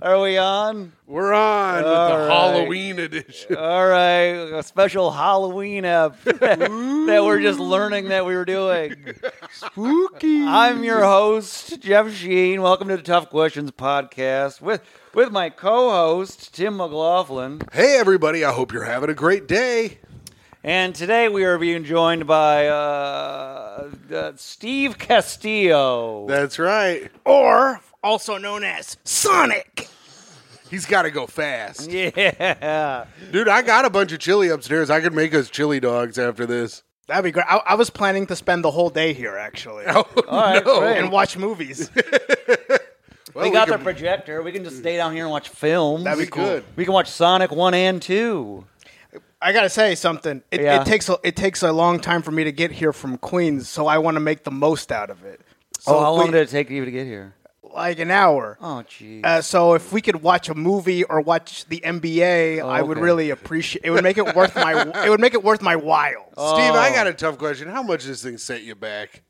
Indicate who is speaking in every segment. Speaker 1: Are we on?
Speaker 2: We're on with the
Speaker 1: All right.
Speaker 2: Halloween edition.
Speaker 1: All right, a special Halloween app that we're just learning that we were doing.
Speaker 2: Spooky.
Speaker 1: I'm your host Jeff Sheen. Welcome to the Tough Questions podcast with with my co-host Tim McLaughlin,
Speaker 2: Hey, everybody. I hope you're having a great day.
Speaker 1: and today we are being joined by uh, uh, Steve Castillo.
Speaker 2: That's right. Or
Speaker 3: also known as Sonic.
Speaker 2: he's got to go fast.
Speaker 1: yeah,
Speaker 2: Dude, I got a bunch of chili upstairs. I could make us chili dogs after this.
Speaker 3: That'd be great. I, I was planning to spend the whole day here actually
Speaker 2: Oh,
Speaker 1: right,
Speaker 2: no.
Speaker 1: great.
Speaker 3: and watch movies.
Speaker 2: Well,
Speaker 1: we got
Speaker 2: can-
Speaker 1: the projector. We can just stay down here and watch films.
Speaker 3: That'd
Speaker 2: We
Speaker 3: be cool.
Speaker 2: could.
Speaker 1: We can watch Sonic One and Two.
Speaker 3: I gotta say something. It,
Speaker 1: Yeah.
Speaker 3: it takes a, it takes a long time for me to get here from Queens, so I want to make the most out of it. So
Speaker 1: oh, how
Speaker 3: if
Speaker 1: long
Speaker 3: we-
Speaker 1: did it take you to get here?
Speaker 3: Like an hour.
Speaker 1: Oh, geez.
Speaker 3: Uh, so if we could watch a movie or watch the NBA, I would
Speaker 1: okay.
Speaker 3: really appreciate. It would make it worth my. It would make it worth my while.
Speaker 2: Steve, I got a tough question. How much does this thing set you back?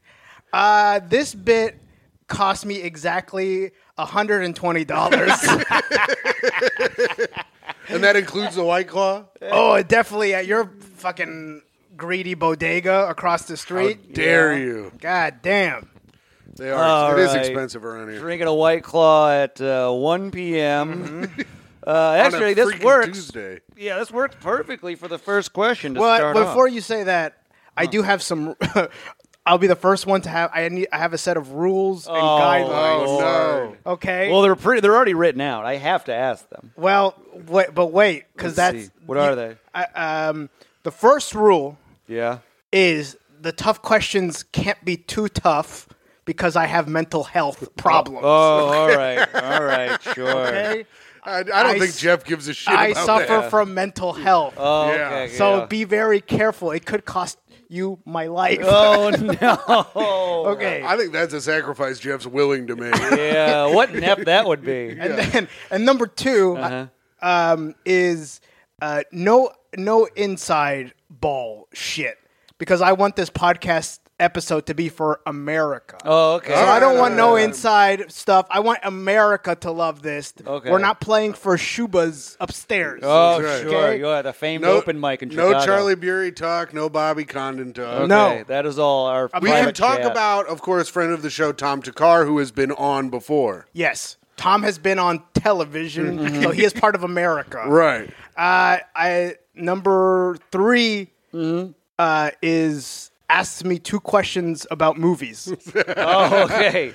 Speaker 3: Uh, this bit cost me exactly hundred and twenty dollars.
Speaker 2: And that includes the White Claw?
Speaker 3: Oh, it definitely at your fucking greedy bodega across the
Speaker 2: How
Speaker 1: Oh,
Speaker 3: street.
Speaker 2: dare you?
Speaker 3: God damn.
Speaker 2: They are. It is
Speaker 1: Alright.
Speaker 2: expensive around here.
Speaker 1: drinking a white claw at uh, 1 p.m. Uh,
Speaker 2: Mm-hmm. On a
Speaker 1: actually, this
Speaker 2: freaking
Speaker 1: works.
Speaker 2: Tuesday.
Speaker 1: Yeah, this works perfectly for the first question to
Speaker 3: Well,
Speaker 1: start
Speaker 3: before
Speaker 1: off.
Speaker 3: you say that, I do have some. I'll be the first one to have. I need. I have a set of rules and guidelines.
Speaker 2: Oh, no.
Speaker 3: Okay.
Speaker 1: well,
Speaker 3: Well,
Speaker 1: they're pretty. They're already written out. I have to ask them.
Speaker 3: wait, but wait, because
Speaker 1: Let's
Speaker 3: that's
Speaker 1: see. What are they?
Speaker 3: I, um, the first rule
Speaker 1: Yeah.
Speaker 3: is the tough questions can't be too tough because I have mental health problems.
Speaker 1: Oh, all right, all right, sure.
Speaker 3: okay.
Speaker 2: I, I don't
Speaker 3: I
Speaker 2: think
Speaker 3: s-
Speaker 2: Jeff gives a shit
Speaker 3: I
Speaker 2: about
Speaker 3: suffer
Speaker 2: that.
Speaker 3: from mental health.
Speaker 1: Oh,
Speaker 2: Yeah.
Speaker 1: okay,
Speaker 3: So
Speaker 1: yeah.
Speaker 3: be very careful. It could cost you my life.
Speaker 1: Oh no.
Speaker 3: okay.
Speaker 2: I think that's a sacrifice Jeff's willing to make.
Speaker 1: Yeah. What nep that would be.
Speaker 3: and then and number 2
Speaker 1: Uh-huh.
Speaker 3: um, is uh, no no inside ball shit because I want this podcast episode to be for America.
Speaker 1: Oh, okay.
Speaker 3: So I don't want no
Speaker 2: Alright.
Speaker 3: inside stuff. I want America to love this.
Speaker 1: Okay.
Speaker 3: We're not playing for Shubas upstairs.
Speaker 1: Oh,
Speaker 2: That's right.
Speaker 1: sure.
Speaker 3: Okay.
Speaker 1: You had the famed open mic in Chicago.
Speaker 2: No Charlie Bury talk, no Bobby Condon talk.
Speaker 1: Okay,
Speaker 3: No.
Speaker 1: that is all our.
Speaker 2: We can
Speaker 1: private
Speaker 2: talk
Speaker 1: chat.
Speaker 2: about, of course, friend of the show, Tom Takar, who has been on before.
Speaker 3: Yes. Tom has been on
Speaker 1: Mm-hmm.
Speaker 3: television, so he is part of America.
Speaker 2: Right.
Speaker 3: Uh, I number 3
Speaker 2: Mm-hmm.
Speaker 3: uh, is asked me two questions about movies.
Speaker 1: Oh, okay.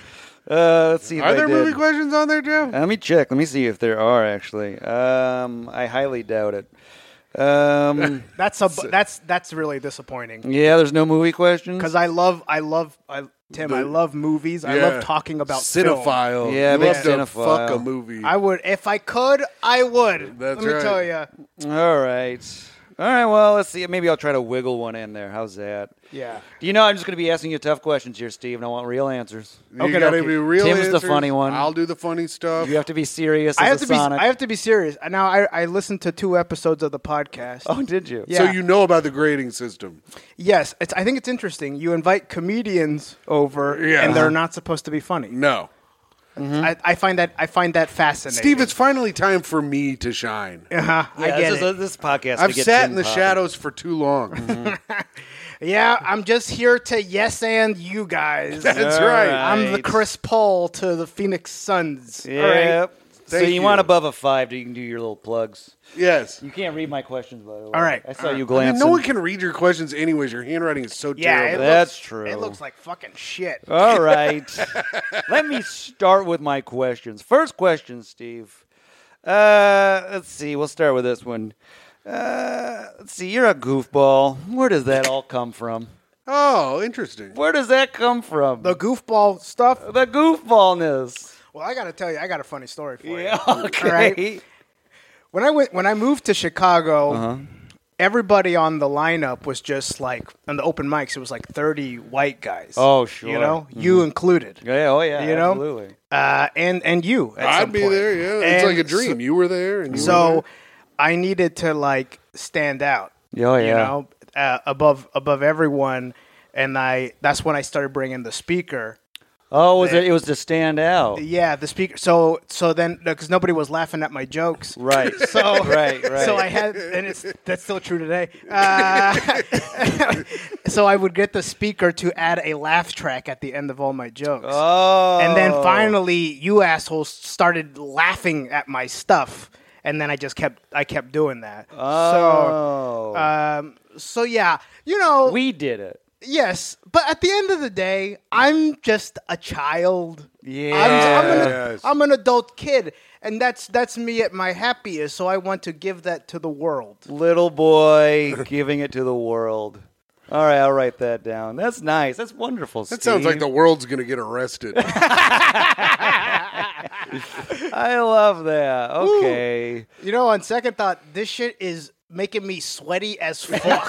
Speaker 1: Uh, let's see. If
Speaker 2: Are
Speaker 1: I
Speaker 2: there
Speaker 1: did.
Speaker 2: movie questions on there, Jeff?
Speaker 1: Uh, Let me check. Let me see if there are actually. Um, I highly doubt it. Um,
Speaker 3: that's a bu- that's that's really
Speaker 2: Mm.
Speaker 3: disappointing
Speaker 1: yeah, there's no movie questions.
Speaker 3: because I love I love I, Tim. I love movies. I
Speaker 2: Yeah.
Speaker 3: love talking about film.
Speaker 2: cinephile.
Speaker 1: Yeah,
Speaker 2: You
Speaker 1: big
Speaker 2: love to
Speaker 1: cinephile.
Speaker 2: fuck a movie.
Speaker 3: I would if I could. I would.
Speaker 2: That's
Speaker 3: Let me
Speaker 2: right.
Speaker 3: tell you.
Speaker 1: All right. All right. Well, let's see. Maybe I'll try to wiggle one in there. How's that?
Speaker 3: Yeah.
Speaker 1: Do you know I'm just going to be asking you tough questions here, Steve, and I want real answers.
Speaker 2: you
Speaker 3: Okay,
Speaker 2: gotta
Speaker 3: okay.
Speaker 2: be real.
Speaker 1: Tim's the
Speaker 2: answers.
Speaker 1: funny one.
Speaker 2: I'll do the funny stuff.
Speaker 1: You have to be serious.
Speaker 3: I
Speaker 1: as
Speaker 3: have
Speaker 1: a
Speaker 3: to be.
Speaker 1: Sonic.
Speaker 3: I have to be serious. And Now I I listened to two episodes of the podcast.
Speaker 1: oh, did you?
Speaker 3: Yeah.
Speaker 2: So you know about the grading system.
Speaker 3: Yes, it's, I think it's interesting. You invite comedians over,
Speaker 2: Yeah.
Speaker 3: and they're not supposed to be funny.
Speaker 2: No.
Speaker 3: I, I find that I find that fascinating.
Speaker 2: Steve, it's finally time for me to shine.
Speaker 3: uh I
Speaker 1: Yeah,
Speaker 3: get
Speaker 1: this,
Speaker 3: it.
Speaker 1: Is, this podcast.
Speaker 2: I've
Speaker 1: could get
Speaker 2: sat
Speaker 1: Tim
Speaker 2: in the
Speaker 1: popping. Mm-hmm.
Speaker 2: shadows for too long.
Speaker 3: yeah, I'm just here to yes and you guys.
Speaker 2: That's
Speaker 1: All
Speaker 2: right.
Speaker 1: right.
Speaker 3: I'm the Chris Paul to the Phoenix Suns. all right?
Speaker 1: Yep. So
Speaker 2: Thank
Speaker 1: you, want
Speaker 2: you.
Speaker 1: above a five? Do you can do your little plugs?
Speaker 2: Yes.
Speaker 1: You can't read my questions, by the way.
Speaker 3: All right.
Speaker 1: I saw you
Speaker 2: I
Speaker 1: glancing.
Speaker 2: mean, no one can read your questions anyways. Your handwriting is so
Speaker 3: Yeah, it
Speaker 2: terrible.
Speaker 3: looks-
Speaker 1: That's true.
Speaker 3: It looks like fucking shit.
Speaker 1: All right. Let me start with my questions. First question, Steve. Uh, let's see. We'll start with this one. Uh, let's see. You're a goofball. Where does that all come from?
Speaker 2: Oh, interesting.
Speaker 1: Where does that come from?
Speaker 3: The goofball stuff.
Speaker 1: The goofballness.
Speaker 3: Well, I gotta tell you, I got a funny story for you.
Speaker 1: Yeah. Okay.
Speaker 3: right. When I went, when I moved to Chicago,
Speaker 1: Uh-huh.
Speaker 3: everybody on the lineup was just like on the open mics. It was like thirty white guys.
Speaker 1: Oh, sure.
Speaker 3: you know, you included.
Speaker 1: Yeah. Oh, yeah.
Speaker 3: You know?
Speaker 1: Absolutely.
Speaker 3: uh, and and you. At
Speaker 2: I'd
Speaker 3: some
Speaker 2: be
Speaker 3: point.
Speaker 2: there. Yeah, it's like
Speaker 3: And
Speaker 2: a dream. you were there, and you were
Speaker 3: So, I needed to like stand out.
Speaker 1: Oh,
Speaker 3: You
Speaker 1: yeah.
Speaker 3: know, uh, above above everyone, and I that's when I started bringing the speaker.
Speaker 1: Oh, was it? It was to stand out.
Speaker 3: Yeah, the speaker. So so then because nobody was laughing at my jokes.
Speaker 1: Right.
Speaker 3: So
Speaker 1: Right, right.
Speaker 3: So I had, and it's that's still true today. Uh, so I would get the speaker to add a laugh track at the end of all my jokes.
Speaker 1: Oh.
Speaker 3: And then finally, you assholes started laughing at my stuff, and then I just kept I kept doing that.
Speaker 1: Oh.
Speaker 3: So, um, so yeah, you know,
Speaker 1: we did it.
Speaker 3: yes, but at the end of the day, I'm just a child.
Speaker 1: Yeah.
Speaker 3: I'm, I'm, an,
Speaker 2: Yes.
Speaker 3: I'm an adult kid, and that's that's me at my happiest. So I want to give that to the world.
Speaker 1: Little boy giving it to the world. All right, I'll write that down. That's nice. That's wonderful.
Speaker 2: That sounds like the world's gonna get arrested.
Speaker 1: I love that. Okay.
Speaker 3: You know, on second thought, this shit is making me sweaty as fuck.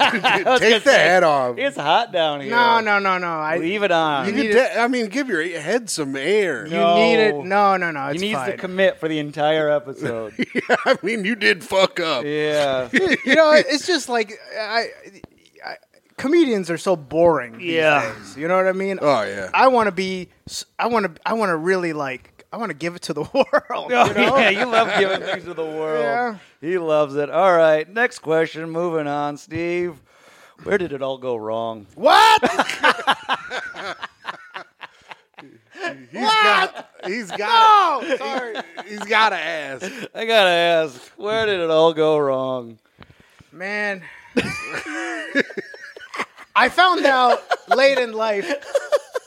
Speaker 2: Take the head off.
Speaker 1: It's hot down here.
Speaker 3: no, no, no, no. I,
Speaker 1: Leave it on.
Speaker 2: You
Speaker 1: He
Speaker 2: could de- I mean, give your head some air.
Speaker 3: You need
Speaker 1: No.
Speaker 3: it. No, no, no. It's
Speaker 1: needs
Speaker 3: fine.
Speaker 1: to commit for the entire episode.
Speaker 2: I mean, you did fuck up.
Speaker 1: yeah.
Speaker 3: you know, it's just like I, I comedians are so boring. These
Speaker 1: Yeah.
Speaker 3: days, you know what I mean.
Speaker 2: Oh, yeah.
Speaker 3: I want to be. s- I want to. I want to really like. I want to give it to the world.
Speaker 1: Oh,
Speaker 3: you know?
Speaker 1: Yeah, you love giving things to the world.
Speaker 3: Yeah.
Speaker 1: He loves it. All right, next question. Moving on, Steve. Where did it all go wrong?
Speaker 3: What?
Speaker 2: He's got. He's got.
Speaker 3: No. Sorry,
Speaker 2: He's got to ask.
Speaker 1: I gotta ask. Where did it all go wrong?
Speaker 3: man. I found out late in life.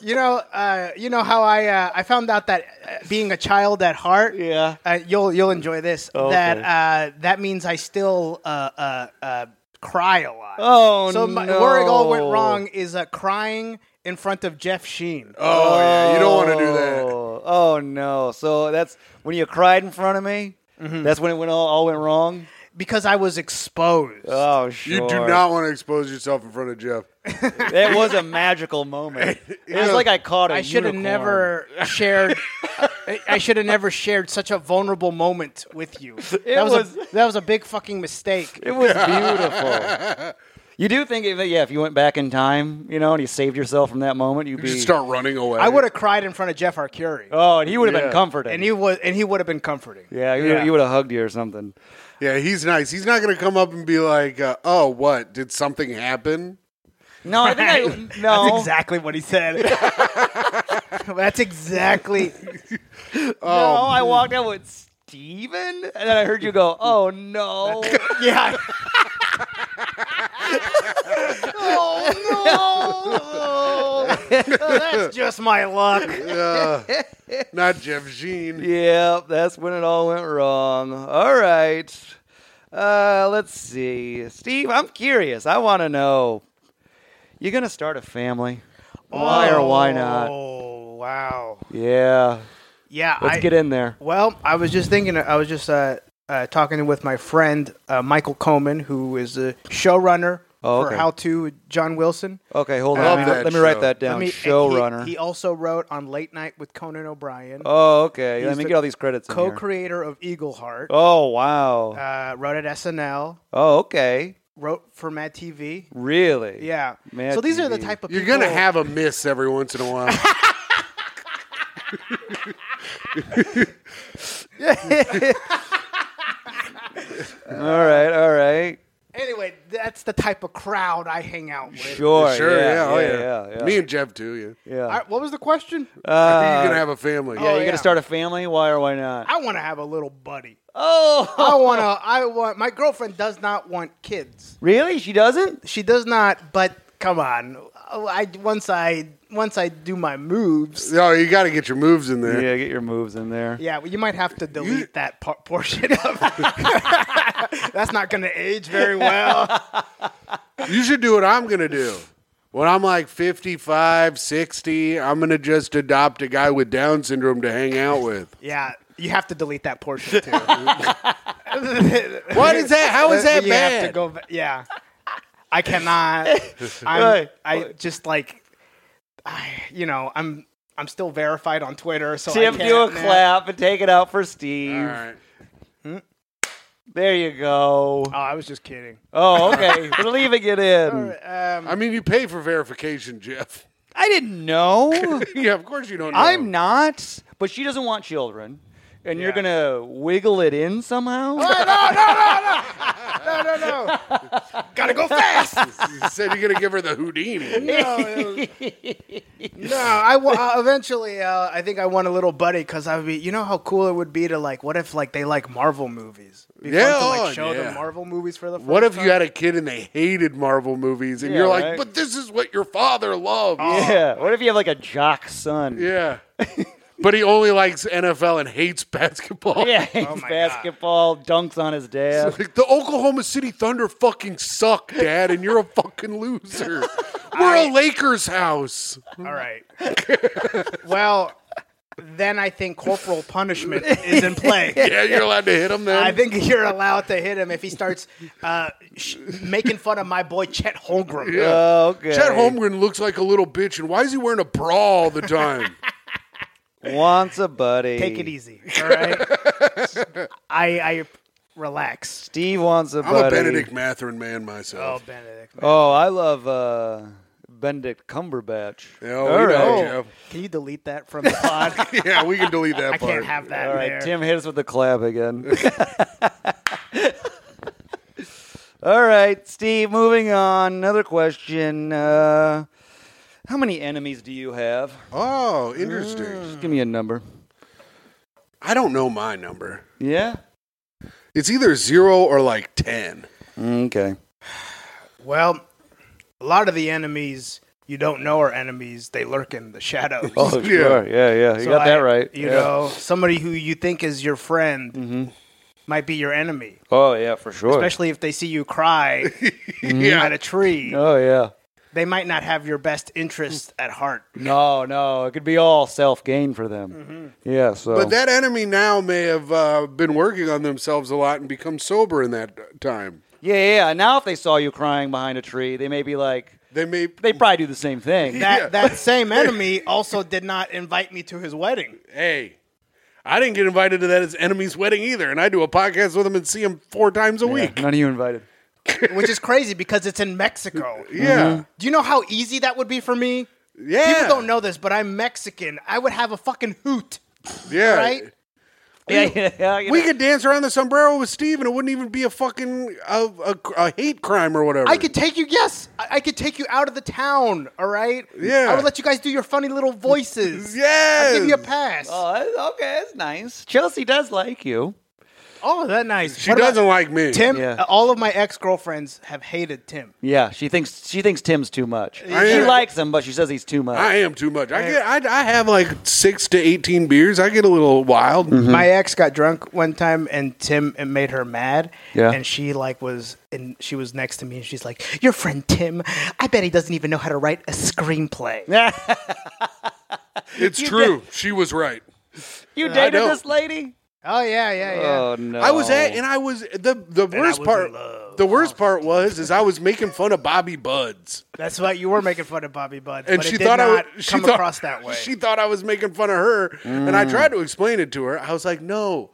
Speaker 3: You know, uh, you know how I uh, I found out that uh, being a child at heart.
Speaker 1: Yeah.
Speaker 3: uh, you'll you'll enjoy this.
Speaker 1: Oh, Okay.
Speaker 3: That uh, that means I still uh, uh, uh, cry a lot.
Speaker 1: Oh,
Speaker 3: so my,
Speaker 1: no.
Speaker 3: where it all went wrong is uh, crying in front of Jeff Sheen.
Speaker 2: Oh, yeah, you don't want to do that.
Speaker 1: Oh, oh, no. So that's when you cried in front of me.
Speaker 2: Mm-hmm.
Speaker 1: That's when it went all, all went wrong.
Speaker 3: because I was exposed.
Speaker 1: Oh, sure.
Speaker 2: You do not want to expose yourself in front of Jeff.
Speaker 1: That was a magical moment. It was like I caught a
Speaker 3: I should have
Speaker 1: unicorn.
Speaker 3: never shared. I, I should have never shared such a vulnerable moment with you. that was,
Speaker 1: was-
Speaker 3: a, that was a big fucking mistake.
Speaker 1: It was beautiful. You do think that, yeah, if you went back in time, you know, and you saved yourself from that moment, you'd
Speaker 2: You
Speaker 1: be.
Speaker 2: should start running away.
Speaker 3: I would have cried in front of Jeff Arcuri,
Speaker 1: Oh, and he would have been
Speaker 2: Yeah.
Speaker 1: comforting.
Speaker 3: and he was and he would have been comforting.
Speaker 1: yeah, he,
Speaker 3: Yeah.
Speaker 1: he would have hugged you or something.
Speaker 2: Yeah, he's nice. He's not going to come up and be like, uh, "Oh, what? Did something happen?"
Speaker 1: No, I think I. No.
Speaker 3: That's exactly what he said. That's exactly.
Speaker 1: No,
Speaker 2: Oh.
Speaker 1: I walked out with Steven, and then I heard you go, oh, no.
Speaker 3: Yeah.
Speaker 1: oh,
Speaker 3: That's just my luck.
Speaker 2: Uh, not Jeff Jean.
Speaker 1: Yep, that's when it all went wrong. All right. Uh, let's see. Steve, I'm curious. I want to know. You going to start a family? Why or why not?
Speaker 3: Oh, wow.
Speaker 1: Yeah.
Speaker 3: Yeah.
Speaker 1: Let's
Speaker 3: I,
Speaker 1: get in there.
Speaker 3: Well, I was just thinking, I was just uh, uh, talking with my friend uh, Michael Coman, who is a showrunner
Speaker 1: Oh,
Speaker 3: for
Speaker 1: okay.
Speaker 3: How to with John Wilson.
Speaker 1: Okay, hold on.
Speaker 2: Love
Speaker 1: Let me,
Speaker 2: that
Speaker 1: let me write
Speaker 2: show.
Speaker 1: that
Speaker 3: Let
Speaker 1: down.
Speaker 3: me- and he-
Speaker 1: Showrunner.
Speaker 3: He, also wrote on Late Night with Conan O'Brien,
Speaker 1: oh, okay. Let
Speaker 3: He's
Speaker 1: me
Speaker 3: the
Speaker 1: get all these credits. in
Speaker 3: co
Speaker 1: here.
Speaker 3: creator of Eagle Heart,
Speaker 1: Oh, wow.
Speaker 3: uh, wrote at SNL,
Speaker 1: oh, okay.
Speaker 3: wrote for Mad TV.
Speaker 1: Really?
Speaker 3: Yeah.
Speaker 1: Mad
Speaker 3: so these are the
Speaker 1: TV.
Speaker 3: type of
Speaker 2: You're
Speaker 3: people
Speaker 2: going to have a miss every once in a while.
Speaker 1: All right, all right.
Speaker 3: Anyway, that's the type of crowd I hang out with.
Speaker 1: Sure.
Speaker 2: sure, yeah,
Speaker 1: yeah,
Speaker 2: oh,
Speaker 1: yeah,
Speaker 2: yeah.
Speaker 1: yeah, yeah.
Speaker 2: Me and Jeff too. Yeah,
Speaker 1: Yeah.
Speaker 3: All right, what was the question?
Speaker 2: Are you gonna have a family?
Speaker 1: yeah,
Speaker 3: Oh,
Speaker 1: you
Speaker 3: yeah.
Speaker 1: gonna start a family? Why or why not?
Speaker 3: I want to have a little buddy.
Speaker 1: Oh,
Speaker 3: I want to. I want. My girlfriend does not want kids.
Speaker 1: really? She doesn't?
Speaker 3: She does not. But come on, I once I once I do my moves.
Speaker 2: Oh, you got to get your moves in there.
Speaker 1: Yeah, get your moves in there.
Speaker 3: Yeah, well, you might have to delete that par- portion of. That's not going to age very well.
Speaker 2: You should do what I'm going to do. When I'm like 55, 60, I'm going to just adopt a guy with Down syndrome to hang out with.
Speaker 3: Yeah, you have to delete that portion too.
Speaker 2: What is that? How is that
Speaker 3: you have to
Speaker 2: bad?
Speaker 3: go ba- yeah i cannot I'm,
Speaker 1: Right.
Speaker 3: i just like I, you know i'm i'm still verified on twitter so I
Speaker 1: Tim,
Speaker 3: can't,
Speaker 1: do a
Speaker 3: man.
Speaker 1: clap and take it out for Steve.
Speaker 2: All right.
Speaker 1: There you go.
Speaker 3: oh i was just kidding
Speaker 1: Oh, okay. We're leaving it in.
Speaker 3: um,
Speaker 2: I mean, you pay for verification, Jeff.
Speaker 1: I didn't know.
Speaker 2: yeah, of course you don't know.
Speaker 1: I'm not, but she doesn't want children. And you're
Speaker 2: Yeah. Oh,
Speaker 1: gonna wiggle it in somehow?
Speaker 3: No, no, no.
Speaker 2: Gotta go fast. you said you're gonna give her the Houdini.
Speaker 3: No, no I wa- uh, eventually, uh, I think I want a little buddy because I would be. You know how cool it would be to like. What if like they like Marvel movies? Be fun
Speaker 2: Yeah,
Speaker 3: to like
Speaker 2: oh,
Speaker 3: show
Speaker 2: yeah.
Speaker 3: them Marvel movies for the first
Speaker 2: What if
Speaker 3: time.
Speaker 2: you had a kid and they hated Marvel movies, and
Speaker 1: Yeah,
Speaker 2: you're like,
Speaker 1: right.
Speaker 2: "But this is what your father loved."
Speaker 3: Oh.
Speaker 1: yeah. What if you have like a jock son?
Speaker 2: Yeah. but he only likes NFL and hates basketball.
Speaker 1: Yeah, hates
Speaker 3: my God.
Speaker 1: basketball, dunks on his dad.
Speaker 2: Like, the Oklahoma City Thunder fucking suck, Dad, and you're a fucking loser. We're a Lakers house.
Speaker 3: All right. well, then I think corporal punishment is in play.
Speaker 2: Yeah, you're allowed to hit him then.
Speaker 3: I think you're allowed to hit him if he starts uh, sh- making fun of my boy Chet Holmgren.
Speaker 2: yeah.
Speaker 1: Oh,
Speaker 3: uh,
Speaker 1: okay.
Speaker 2: Chet Holmgren looks like a little bitch, and why is he wearing a bra all the time?
Speaker 1: Wants a buddy.
Speaker 3: Take it easy. All right. I I relax.
Speaker 1: Steve wants a
Speaker 2: I'm
Speaker 1: buddy.
Speaker 2: a Benedict Matherin man
Speaker 3: Oh,
Speaker 2: myself.
Speaker 3: Benedict.
Speaker 1: Oh, I love uh, Benedict Cumberbatch.
Speaker 2: Yeah, we
Speaker 1: All
Speaker 2: know,
Speaker 1: right.
Speaker 2: Jeff.
Speaker 3: Oh, Can you delete that from the pod?
Speaker 2: yeah, we can delete that
Speaker 3: I
Speaker 2: part.
Speaker 3: can't have that
Speaker 1: All
Speaker 3: in
Speaker 1: right,
Speaker 3: there.
Speaker 1: Tim hit us with the clap again. All right, Steve, moving on. Another question. Uh, how many enemies do you have?
Speaker 2: oh, interesting.
Speaker 3: Mm.
Speaker 1: Just give me a number.
Speaker 2: I don't know my number.
Speaker 1: Yeah?
Speaker 2: It's either zero or like 10.
Speaker 1: Okay.
Speaker 3: Well, a lot of the enemies you don't know are enemies. They lurk in the shadows.
Speaker 1: Oh,
Speaker 2: Yeah.
Speaker 1: sure. Yeah, yeah. You
Speaker 3: So
Speaker 1: got that
Speaker 3: I-
Speaker 1: right.
Speaker 3: You
Speaker 1: Yeah. Mm-hmm.
Speaker 3: know, somebody who you think is your friend might be your enemy,
Speaker 1: Oh, yeah, for sure.
Speaker 3: especially if they see you cry at a tree.
Speaker 1: oh, yeah.
Speaker 3: They might not have your best interest at heart.
Speaker 1: No, no. It could be all self gain for them.
Speaker 3: Mm-hmm.
Speaker 1: Yeah, so.
Speaker 2: But that enemy now may have uh, been working on themselves a lot and become sober in that time.
Speaker 1: yeah, yeah, yeah. Now, if they saw you crying behind a tree, they may be like,
Speaker 2: They may.
Speaker 1: they probably do the same thing.
Speaker 3: That
Speaker 2: Yeah.
Speaker 3: that same enemy also did not invite me to his wedding.
Speaker 2: hey, I didn't get invited to that as enemy's wedding either, and I do a podcast with him and see him four times a
Speaker 1: Yeah,
Speaker 2: week.
Speaker 1: none of you invited.
Speaker 3: which is crazy because it's in Mexico.
Speaker 2: Yeah,
Speaker 3: Do you know how easy that would be for me?
Speaker 2: yeah.
Speaker 3: People don't know this, but I'm Mexican. I would have a fucking hoot,
Speaker 2: Yeah,
Speaker 3: right?
Speaker 1: Yeah, yeah, yeah. you
Speaker 2: We
Speaker 1: know.
Speaker 2: could dance around the sombrero with Steve, and it wouldn't even be a fucking a, a, a hate crime or whatever.
Speaker 3: I could take you. Yes, I, I could take you out of the town. All right.
Speaker 2: Yeah.
Speaker 3: I would let you guys do your funny little voices.
Speaker 2: Yes.
Speaker 3: I'd give you a pass.
Speaker 1: Oh, that's- okay, that's nice. Chelsea does like you.
Speaker 3: oh, that nice.
Speaker 2: She
Speaker 3: What about
Speaker 2: doesn't like me.
Speaker 3: Tim.
Speaker 1: Yeah.
Speaker 3: Uh, All of my ex girlfriends have hated Tim.
Speaker 1: Yeah, she thinks she thinks Tim's too much.
Speaker 2: I
Speaker 1: she
Speaker 2: am-
Speaker 1: likes him, but she says he's too much.
Speaker 2: I am too much. I get. I, I have like six to eighteen beers. I get a little wild.
Speaker 3: My ex got drunk one time, and Tim it made her mad.
Speaker 1: Yeah.
Speaker 3: and she like was and she was next to me, and she's like, "Your friend Tim, I bet he doesn't even know how to write a screenplay."
Speaker 2: It's true. She was right.
Speaker 1: you dated
Speaker 2: don't.
Speaker 1: this lady?
Speaker 3: Oh yeah, yeah, yeah.
Speaker 1: Oh no!
Speaker 2: I was at, and I was the the worst
Speaker 3: was
Speaker 2: part.
Speaker 3: in love.
Speaker 2: The worst part was is I was making fun of Bobby Buds,
Speaker 3: That's what you were making fun of Bobby Buds,
Speaker 2: and
Speaker 3: but
Speaker 2: she
Speaker 3: it did
Speaker 2: thought
Speaker 3: not
Speaker 2: I was, she
Speaker 3: come
Speaker 2: thought,
Speaker 3: across that way.
Speaker 2: She thought I was making fun of her, and I tried to explain it to her. I was like, "No,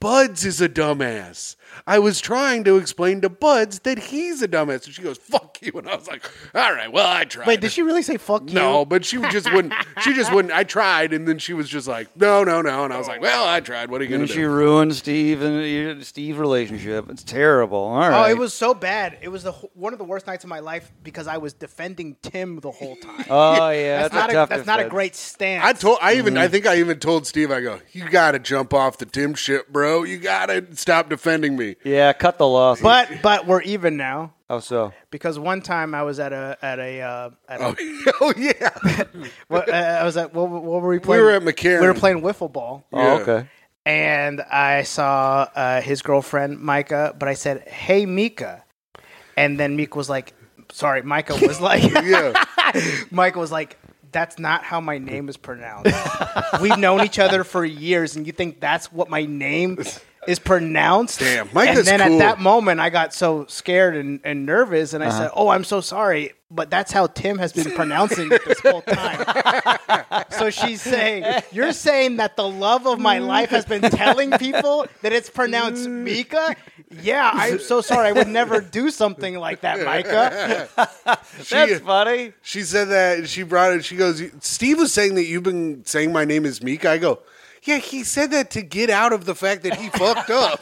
Speaker 2: Buds is a dumbass." I was trying to explain to Buds that he's a dumbass, and she goes, "Fuck you," and I was like, "All right, well, I tried."
Speaker 3: Wait, did she really say fuck you?
Speaker 2: No, but she just wouldn't. She just wouldn't. I tried, and then she was just like, "No, no, no," and I was like, "Well, I tried. What are you gonna
Speaker 1: And she
Speaker 2: do?"
Speaker 1: ruined Steve and your Steve relationship. It's terrible. All
Speaker 3: Oh,
Speaker 1: right.
Speaker 3: it was so bad. It was the wh- one of the worst nights of my life because I was defending Tim the whole time.
Speaker 1: Oh yeah, that's,
Speaker 3: that's not
Speaker 1: a
Speaker 3: a,
Speaker 1: tough
Speaker 3: that's not a
Speaker 1: defense.
Speaker 3: great stance.
Speaker 2: I told I even
Speaker 1: Mm-hmm.
Speaker 2: I think I even told Steve I go you got to jump off the Tim ship bro you got to stop defending me
Speaker 1: Yeah, cut the loss.
Speaker 3: but but we're even now
Speaker 1: oh, so
Speaker 3: because one time I was at a at a uh, at a,
Speaker 2: oh, oh yeah
Speaker 3: what, uh, I was at what, what were we
Speaker 2: we
Speaker 3: playing?
Speaker 2: were at McCarran
Speaker 3: We were playing wiffle ball.
Speaker 1: oh,
Speaker 2: Yeah.
Speaker 1: okay.
Speaker 3: and I saw uh, his girlfriend Micah, but I said, "Hey, Mika," and then Mika was like, "Sorry, Micah was like,
Speaker 2: yeah
Speaker 3: Micah was like, that's not how my name is pronounced. We've known each other for years, and you think that's what my name is pronounced?
Speaker 2: Damn, Micah's
Speaker 3: And then
Speaker 2: cool.
Speaker 3: at that moment, I got so scared and, and nervous, and I said, "Oh, I'm so sorry, but that's how Tim has been pronouncing it this whole time." so she's saying, "You're saying that the love of my life has been telling people that it's pronounced Mika? Yeah, I'm so sorry. I would never do something like that, Micah.
Speaker 1: That's
Speaker 2: uh,
Speaker 1: funny.
Speaker 2: She said that she brought it. She goes, Steve was saying that you've been saying my name is Meek. I go, yeah, he said that to get out of the fact that he fucked up.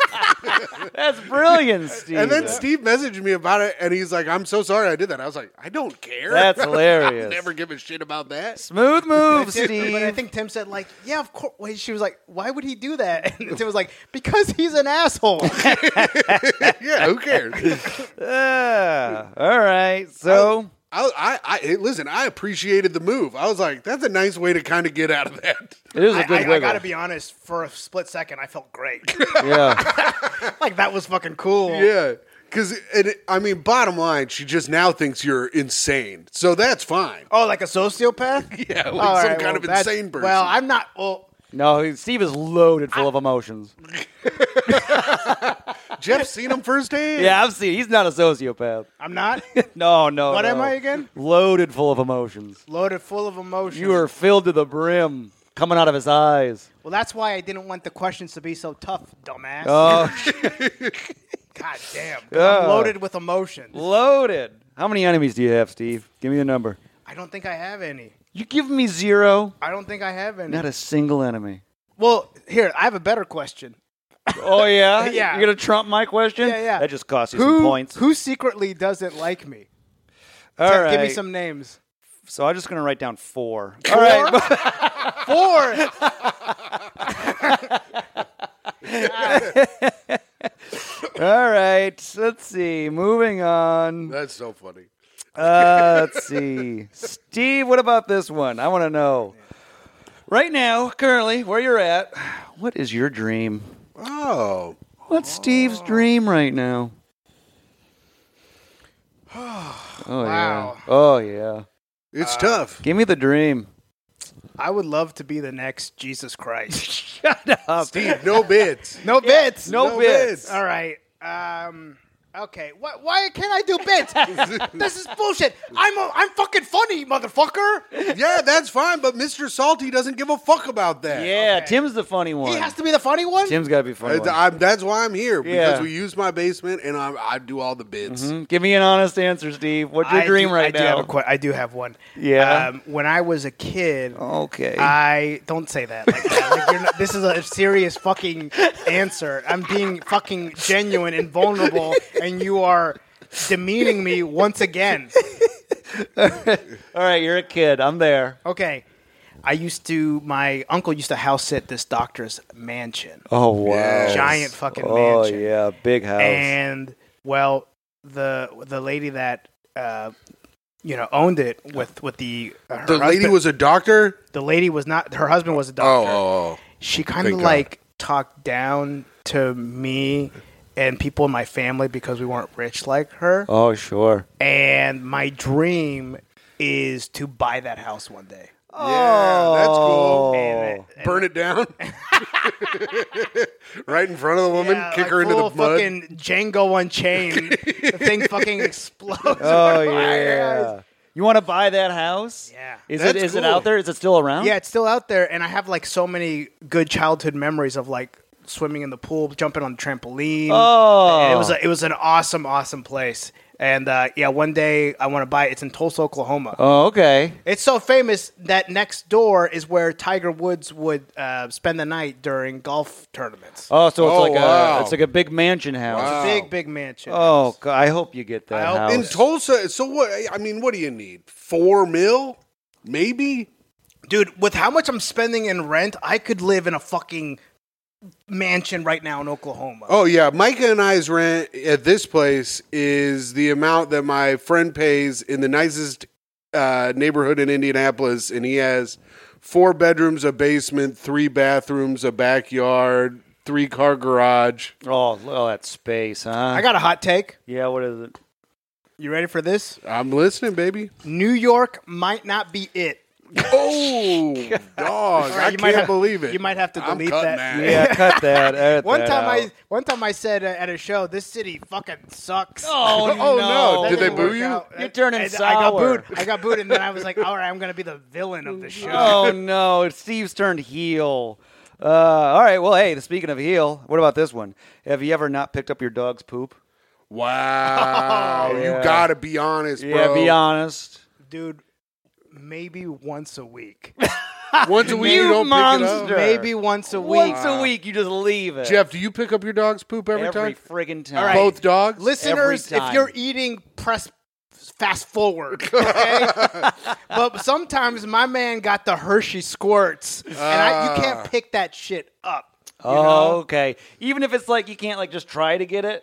Speaker 1: That's brilliant, Steve.
Speaker 2: And then Steve messaged me about it, and he's like, "I'm so sorry I did that." I was like, "I don't care.
Speaker 1: That's
Speaker 2: I'll
Speaker 1: hilarious.
Speaker 2: never give a shit about that."
Speaker 1: Smooth move,
Speaker 3: But I
Speaker 1: Steve.
Speaker 3: think Tim said like, "Yeah, of course." Wait, she was like, "Why would he do that?" And Tim was like, "Because he's an asshole."
Speaker 2: yeah, who cares?
Speaker 1: Ah, all right.
Speaker 3: Oh,
Speaker 1: So
Speaker 2: I, I, I hey, listen. I appreciated the move. I was like, "That's a nice way to kind of get out of that."
Speaker 1: it is a
Speaker 3: I,
Speaker 1: good
Speaker 3: I, I
Speaker 1: wiggle.
Speaker 3: gotta be honest. For a split second, I felt great.
Speaker 1: yeah.
Speaker 3: like that was fucking cool.
Speaker 2: yeah, because I mean, bottom line, she just now thinks you're insane, so that's fine.
Speaker 3: Oh, like a sociopath?
Speaker 2: Yeah, like
Speaker 3: All
Speaker 2: some
Speaker 3: right,
Speaker 2: kind of
Speaker 3: that's-
Speaker 2: insane person.
Speaker 3: Well, I'm not. Well,
Speaker 1: No, he- Steve is loaded full of emotions.
Speaker 2: Jeff's seen him firsthand.
Speaker 1: Yeah, I've seen. He's not a sociopath.
Speaker 3: I'm not
Speaker 1: No, no.
Speaker 3: What am
Speaker 1: no.
Speaker 3: I again?
Speaker 1: Loaded full of emotions.
Speaker 3: loaded full of emotion.
Speaker 1: You are filled to the brim, coming out of his eyes.
Speaker 3: Well, that's why I didn't want the questions to be so tough, dumbass.
Speaker 1: Oh,
Speaker 3: God damn. 'cause
Speaker 1: Yeah.
Speaker 3: I'm loaded with emotions.
Speaker 1: loaded. How many enemies do you have, Steve? Give me the number.
Speaker 3: I don't think I have any.
Speaker 1: You give me zero.
Speaker 3: I don't think I have any.
Speaker 1: Not a single enemy.
Speaker 3: well, here, I have a better question.
Speaker 1: Oh yeah,
Speaker 3: Yeah.
Speaker 1: You're gonna trump my question?
Speaker 3: Yeah, yeah.
Speaker 1: That just costs you
Speaker 3: Who,
Speaker 1: some points.
Speaker 3: who secretly doesn't like me?
Speaker 1: All
Speaker 3: Tell- Give me
Speaker 1: right.
Speaker 3: some names.
Speaker 1: So I'm just gonna write down four. All right.
Speaker 3: Four.
Speaker 1: All right. Let's see. Moving on.
Speaker 2: that's so funny.
Speaker 1: Uh, let's see. Steve, what about this one? I want to know. Right now, currently, where you're at, what is your dream?
Speaker 2: Oh,
Speaker 1: What's Steve's dream right now? Oh
Speaker 3: Wow.
Speaker 1: yeah. Oh yeah.
Speaker 2: it's tough.
Speaker 1: Give me the dream.
Speaker 3: I would love to be the next Jesus Christ.
Speaker 1: Shut up.
Speaker 2: Steve, no bids.
Speaker 3: No bits.
Speaker 1: no bits.
Speaker 3: All right. Um. Okay. Why, why can't I do bits? this is bullshit. I'm a, I'm fucking funny, motherfucker.
Speaker 2: Yeah, that's fine, but Mr. Salty doesn't give a fuck about that.
Speaker 1: Yeah, Tim's the funny one.
Speaker 3: He has to be the funny one.
Speaker 1: Tim's got to be funny.
Speaker 2: It's- uh,
Speaker 1: one.
Speaker 2: I'm- that's why I'm here
Speaker 1: Yeah.
Speaker 2: because we use my basement and I, I do all the bids.
Speaker 1: Mm, Give me an honest answer, Steve. What's your
Speaker 3: I
Speaker 1: dream
Speaker 3: do,
Speaker 1: right
Speaker 3: I
Speaker 1: now?
Speaker 3: Do have a que- I do have one.
Speaker 1: Yeah?
Speaker 3: Um, when I was a kid,
Speaker 2: Oh,
Speaker 1: Okay.
Speaker 3: I don't say that. Like that. Like you're not, this is a serious fucking answer. I'm being fucking genuine and vulnerable, and you are demeaning me once again.
Speaker 1: All right, you're a kid. I'm there.
Speaker 3: Okay. I used to. My uncle used to house sit this doctor's mansion.
Speaker 1: Oh wow.
Speaker 2: Yes.
Speaker 3: Giant fucking
Speaker 1: oh
Speaker 3: mansion.
Speaker 1: yeah, big house.
Speaker 3: and well the the lady that uh you know owned it with with the uh, her
Speaker 2: The lady
Speaker 3: husband-
Speaker 2: was a doctor?
Speaker 3: the lady was not her husband was a
Speaker 2: Oh,
Speaker 3: doctor
Speaker 2: oh,
Speaker 3: she kind of
Speaker 2: Thank God.
Speaker 3: like talked down to me and people in my family because we weren't rich like her
Speaker 1: oh sure.
Speaker 3: and my dream is to buy that house one day
Speaker 2: oh. Yeah, that's cool.
Speaker 3: And it-
Speaker 2: Burn it down. right in front of the woman,
Speaker 3: Yeah,
Speaker 2: kick
Speaker 3: like
Speaker 2: her into the
Speaker 3: full
Speaker 2: mud.
Speaker 3: Fucking Django Unchained. the thing fucking explodes.
Speaker 1: Oh
Speaker 3: in my eyes.
Speaker 1: yeah. You want to buy that house?
Speaker 3: Yeah.
Speaker 1: Is it
Speaker 2: That's
Speaker 1: is it
Speaker 2: cool.
Speaker 1: out there? Is it still around?
Speaker 3: Yeah, it's still out there, and I have like so many good childhood memories of like swimming in the pool, jumping on the trampoline.
Speaker 1: Oh.
Speaker 3: it was a, it was an awesome, awesome place. And uh, yeah, one day I want to buy it. It's in Tulsa, Oklahoma.
Speaker 1: Oh okay.
Speaker 3: It's so famous that next door is where Tiger Woods would uh, spend the night during golf tournaments.
Speaker 1: Oh, so it's
Speaker 2: Oh,
Speaker 1: like
Speaker 2: wow.
Speaker 1: a it's like a big mansion house.
Speaker 2: Wow.
Speaker 3: Big, big mansion.
Speaker 1: Oh, God, I hope you get that
Speaker 3: I hope-
Speaker 1: house.
Speaker 2: in Tulsa, so what? I mean, what do you need? Four mil? Maybe?
Speaker 3: dude, with how much I'm spending in rent, I could live in a fucking mansion right now in Oklahoma.
Speaker 2: Oh yeah, Micah and I's rent at this place is the amount that my friend pays in the nicest uh, neighborhood in Indianapolis, and he has four bedrooms, a basement, three bathrooms, a backyard, three car garage.
Speaker 1: oh, look at all that space, huh?
Speaker 3: I got a hot take.
Speaker 1: yeah. What is it?
Speaker 3: You ready for this?
Speaker 2: I'm listening, baby.
Speaker 3: New York might not be it.
Speaker 2: Oh, dog!
Speaker 3: All right,
Speaker 2: I
Speaker 3: you
Speaker 2: can't
Speaker 3: might have-
Speaker 2: believe it.
Speaker 3: You might have to
Speaker 2: I'm
Speaker 3: delete
Speaker 2: cutting
Speaker 3: that.
Speaker 2: that.
Speaker 1: Yeah, cut that. edit
Speaker 3: One
Speaker 1: that
Speaker 3: time
Speaker 1: out.
Speaker 3: I one time I said uh, at a show, this city fucking sucks.
Speaker 1: Oh,
Speaker 2: Oh, no.
Speaker 1: no!
Speaker 3: That
Speaker 2: Did they
Speaker 3: didn't work
Speaker 2: boo you?
Speaker 3: out.
Speaker 1: You're turning
Speaker 3: I, I got
Speaker 1: sour.
Speaker 3: booed. I got booed, and then I was like, all right, I'm gonna be the villain of the show.
Speaker 1: Oh no! Steve's turned heel. Uh, all right. Well, hey, speaking of heel, what about this one? Have you ever not picked up your dog's poop?
Speaker 2: Wow, you gotta Oh, be honest, bro.
Speaker 1: Yeah, be honest.
Speaker 3: dude. Maybe once a week.
Speaker 2: Once a week,
Speaker 1: You
Speaker 2: you, don't pick
Speaker 1: monster.
Speaker 2: it up.
Speaker 3: Maybe once a week.
Speaker 1: Once a week, you just leave it.
Speaker 2: Jeff, do you pick up your dog's poop every,
Speaker 1: every
Speaker 2: time?
Speaker 1: friggin' time.
Speaker 3: All right.
Speaker 2: Both dogs.
Speaker 3: Listeners,
Speaker 1: Every time.
Speaker 3: if you're eating, press fast forward. Okay? but sometimes my man got the Hershey squirts, and I, you
Speaker 2: Ah.
Speaker 3: can't pick that shit up. you know?
Speaker 1: Oh, okay. Even if it's like you can't like just try to get it.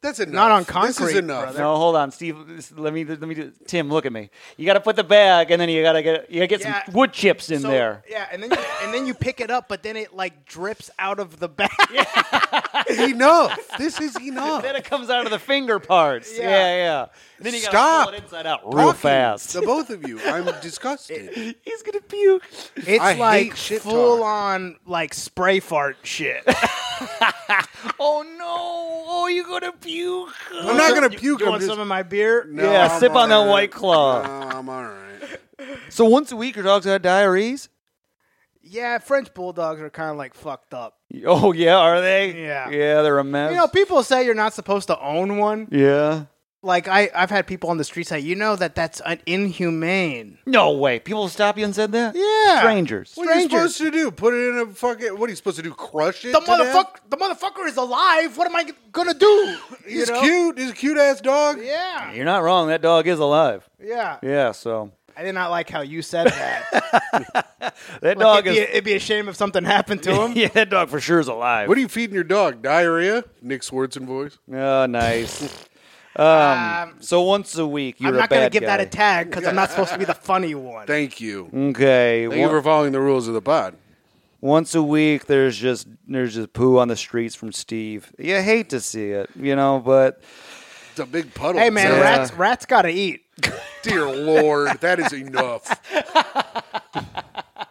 Speaker 2: That's enough.
Speaker 3: Not on
Speaker 2: This
Speaker 3: concrete,
Speaker 2: is enough.
Speaker 1: No, hold on, Steve. this- Let me let me do. Tim, look at me. You got to put the bag, and then you got to get you got to get
Speaker 3: Yeah.
Speaker 1: some wood chips in
Speaker 3: So,
Speaker 1: there.
Speaker 3: Yeah, and then you, and then you pick it up, but then it like drips out of the bag.
Speaker 2: enough. This is
Speaker 1: Then
Speaker 2: enough.
Speaker 1: it comes out of the finger parts.
Speaker 3: Yeah.
Speaker 1: Yeah, yeah. Then you got to
Speaker 2: Stop
Speaker 1: pull it inside out real
Speaker 2: Talking
Speaker 1: fast.
Speaker 2: To both of you, I'm disgusted.
Speaker 1: He's gonna puke.
Speaker 3: It's
Speaker 2: I hate
Speaker 3: like
Speaker 2: shit talk.
Speaker 3: full on like spray fart shit.
Speaker 1: Oh no! Oh, you gonna puke?
Speaker 2: I'm not gonna puke.
Speaker 3: you
Speaker 2: I'm
Speaker 3: want
Speaker 2: just-
Speaker 3: some of my beer?
Speaker 2: No,
Speaker 1: yeah,
Speaker 2: I'm
Speaker 1: sip on that
Speaker 2: alright.
Speaker 1: white claw.
Speaker 2: No, I'm all right.
Speaker 1: So once a week, your dog's got diarrheas.
Speaker 3: Yeah, French bulldogs are kind of like fucked up.
Speaker 1: Oh yeah, are they?
Speaker 3: Yeah.
Speaker 1: yeah, they're a mess.
Speaker 3: You know, people say you're not supposed to own one.
Speaker 1: yeah.
Speaker 3: Like I, I've had people on the street say, you know that that's an inhumane.
Speaker 1: No way. People stop you and said that.
Speaker 3: Yeah.
Speaker 1: Strangers.
Speaker 2: What are you
Speaker 3: Strangers.
Speaker 2: supposed to do? Put it in a fucking. What are you supposed to do? Crush it?
Speaker 3: The
Speaker 2: to death?
Speaker 3: motherfucker, the motherfucker is alive. What am I gonna do? You
Speaker 2: He's
Speaker 3: know?
Speaker 2: cute. He's a cute ass dog.
Speaker 3: Yeah,
Speaker 1: You're not wrong. That dog is alive.
Speaker 3: yeah.
Speaker 1: Yeah. So
Speaker 3: I did not like how you said that.
Speaker 1: that
Speaker 3: Like,
Speaker 1: dog
Speaker 3: it'd, be
Speaker 1: is.
Speaker 3: a, it'd be a shame if something happened to him.
Speaker 1: yeah, that dog for sure is alive.
Speaker 2: What are you feeding your dog? Diarrhea? Nick Swartzen voice.
Speaker 1: oh, nice.
Speaker 3: Um,
Speaker 1: so once a week, you're
Speaker 3: I'm not
Speaker 1: a bad
Speaker 3: gonna give
Speaker 1: guy.
Speaker 3: that a tag because I'm not supposed to be the funny one.
Speaker 2: Thank you.
Speaker 1: Okay.
Speaker 2: Thank you
Speaker 1: one-
Speaker 2: for following the rules of the pod.
Speaker 1: once a week there's just there's just poo on the streets from Steve. You hate to see it, you know, but
Speaker 2: It's a big puddle.
Speaker 3: Hey man,
Speaker 2: Yeah.
Speaker 3: rats, rats gotta eat.
Speaker 2: Dear Lord, that is enough.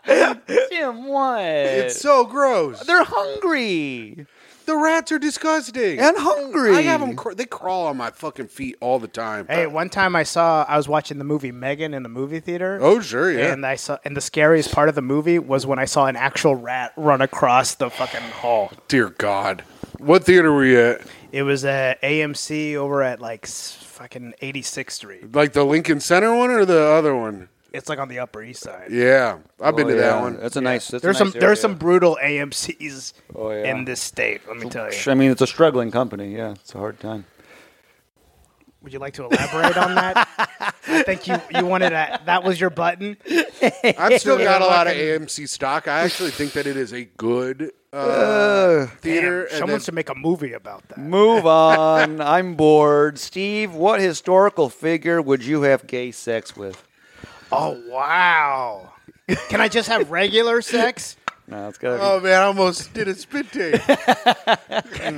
Speaker 1: Jim, what?
Speaker 2: It's so gross.
Speaker 1: They're hungry
Speaker 2: The rats are disgusting.
Speaker 1: and hungry. Oh,
Speaker 2: I have them. Cr- they crawl on my fucking feet all the time.
Speaker 3: Hey, one time I saw I was watching the movie Megan in the movie theater.
Speaker 2: oh sure, yeah.
Speaker 3: And I saw, and the scariest part of the movie was when I saw an actual rat run across the fucking hall.
Speaker 2: Dear God, what theater were you at?
Speaker 3: It was a AMC over at like s- fucking 86th Street.
Speaker 2: Like the Lincoln Center one or the other one?
Speaker 3: It's like on the Upper East Side.
Speaker 2: Yeah, I've
Speaker 3: Oh,
Speaker 2: been to
Speaker 1: Yeah,
Speaker 2: that one.
Speaker 1: That's a nice. That's a
Speaker 3: There's
Speaker 1: nice
Speaker 3: some
Speaker 1: Area.
Speaker 3: there's some brutal AMC's
Speaker 1: Oh, yeah.
Speaker 3: in this state. Let me tell you.
Speaker 1: I mean, it's a struggling company. Yeah, it's a hard time.
Speaker 3: Would you like to elaborate on that? I think you you wanted that. That was your button.
Speaker 2: I've still
Speaker 3: Yeah,
Speaker 2: got a lot of
Speaker 3: fucking-
Speaker 2: AMC stock. I actually think that it is a good uh, theater. and
Speaker 3: Damn, someone
Speaker 2: that-
Speaker 3: should make a movie about that.
Speaker 1: Move on. I'm bored. Steve, what historical figure would you have gay sex with?
Speaker 3: Oh wow! Can I just have regular sex?
Speaker 1: No, it's gotta be.
Speaker 2: oh man, I almost did a spit take.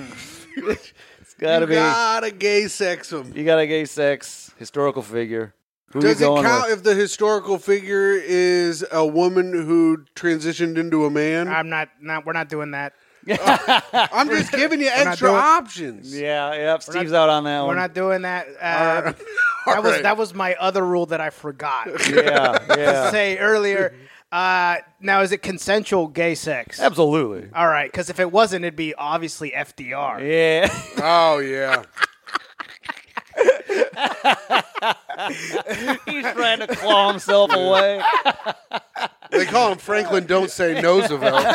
Speaker 1: it's gotta be.
Speaker 2: Gotta gay sex them.
Speaker 1: You got a gay sex historical figure. Who
Speaker 2: Does
Speaker 1: you
Speaker 2: it
Speaker 1: going
Speaker 2: count
Speaker 1: with?
Speaker 2: if the historical figure is a woman who transitioned into a man?
Speaker 3: I'm not. Not. We're not doing that.
Speaker 2: I'm just giving you
Speaker 3: not
Speaker 2: extra
Speaker 3: doing-
Speaker 2: options.
Speaker 1: Yeah, yeah. Steve's out on that
Speaker 3: We're
Speaker 1: one.
Speaker 3: not doing that. Uh, that was
Speaker 2: right.
Speaker 3: that was my other rule that I forgot to
Speaker 1: yeah, yeah.
Speaker 3: say earlier. Uh, now is it consensual gay sex?
Speaker 1: Absolutely.
Speaker 3: All right, because if it wasn't, it'd be obviously FDR.
Speaker 1: Yeah.
Speaker 2: Oh yeah.
Speaker 1: He's trying to claw himself away.
Speaker 2: They call him Franklin Don't Say Roosevelt.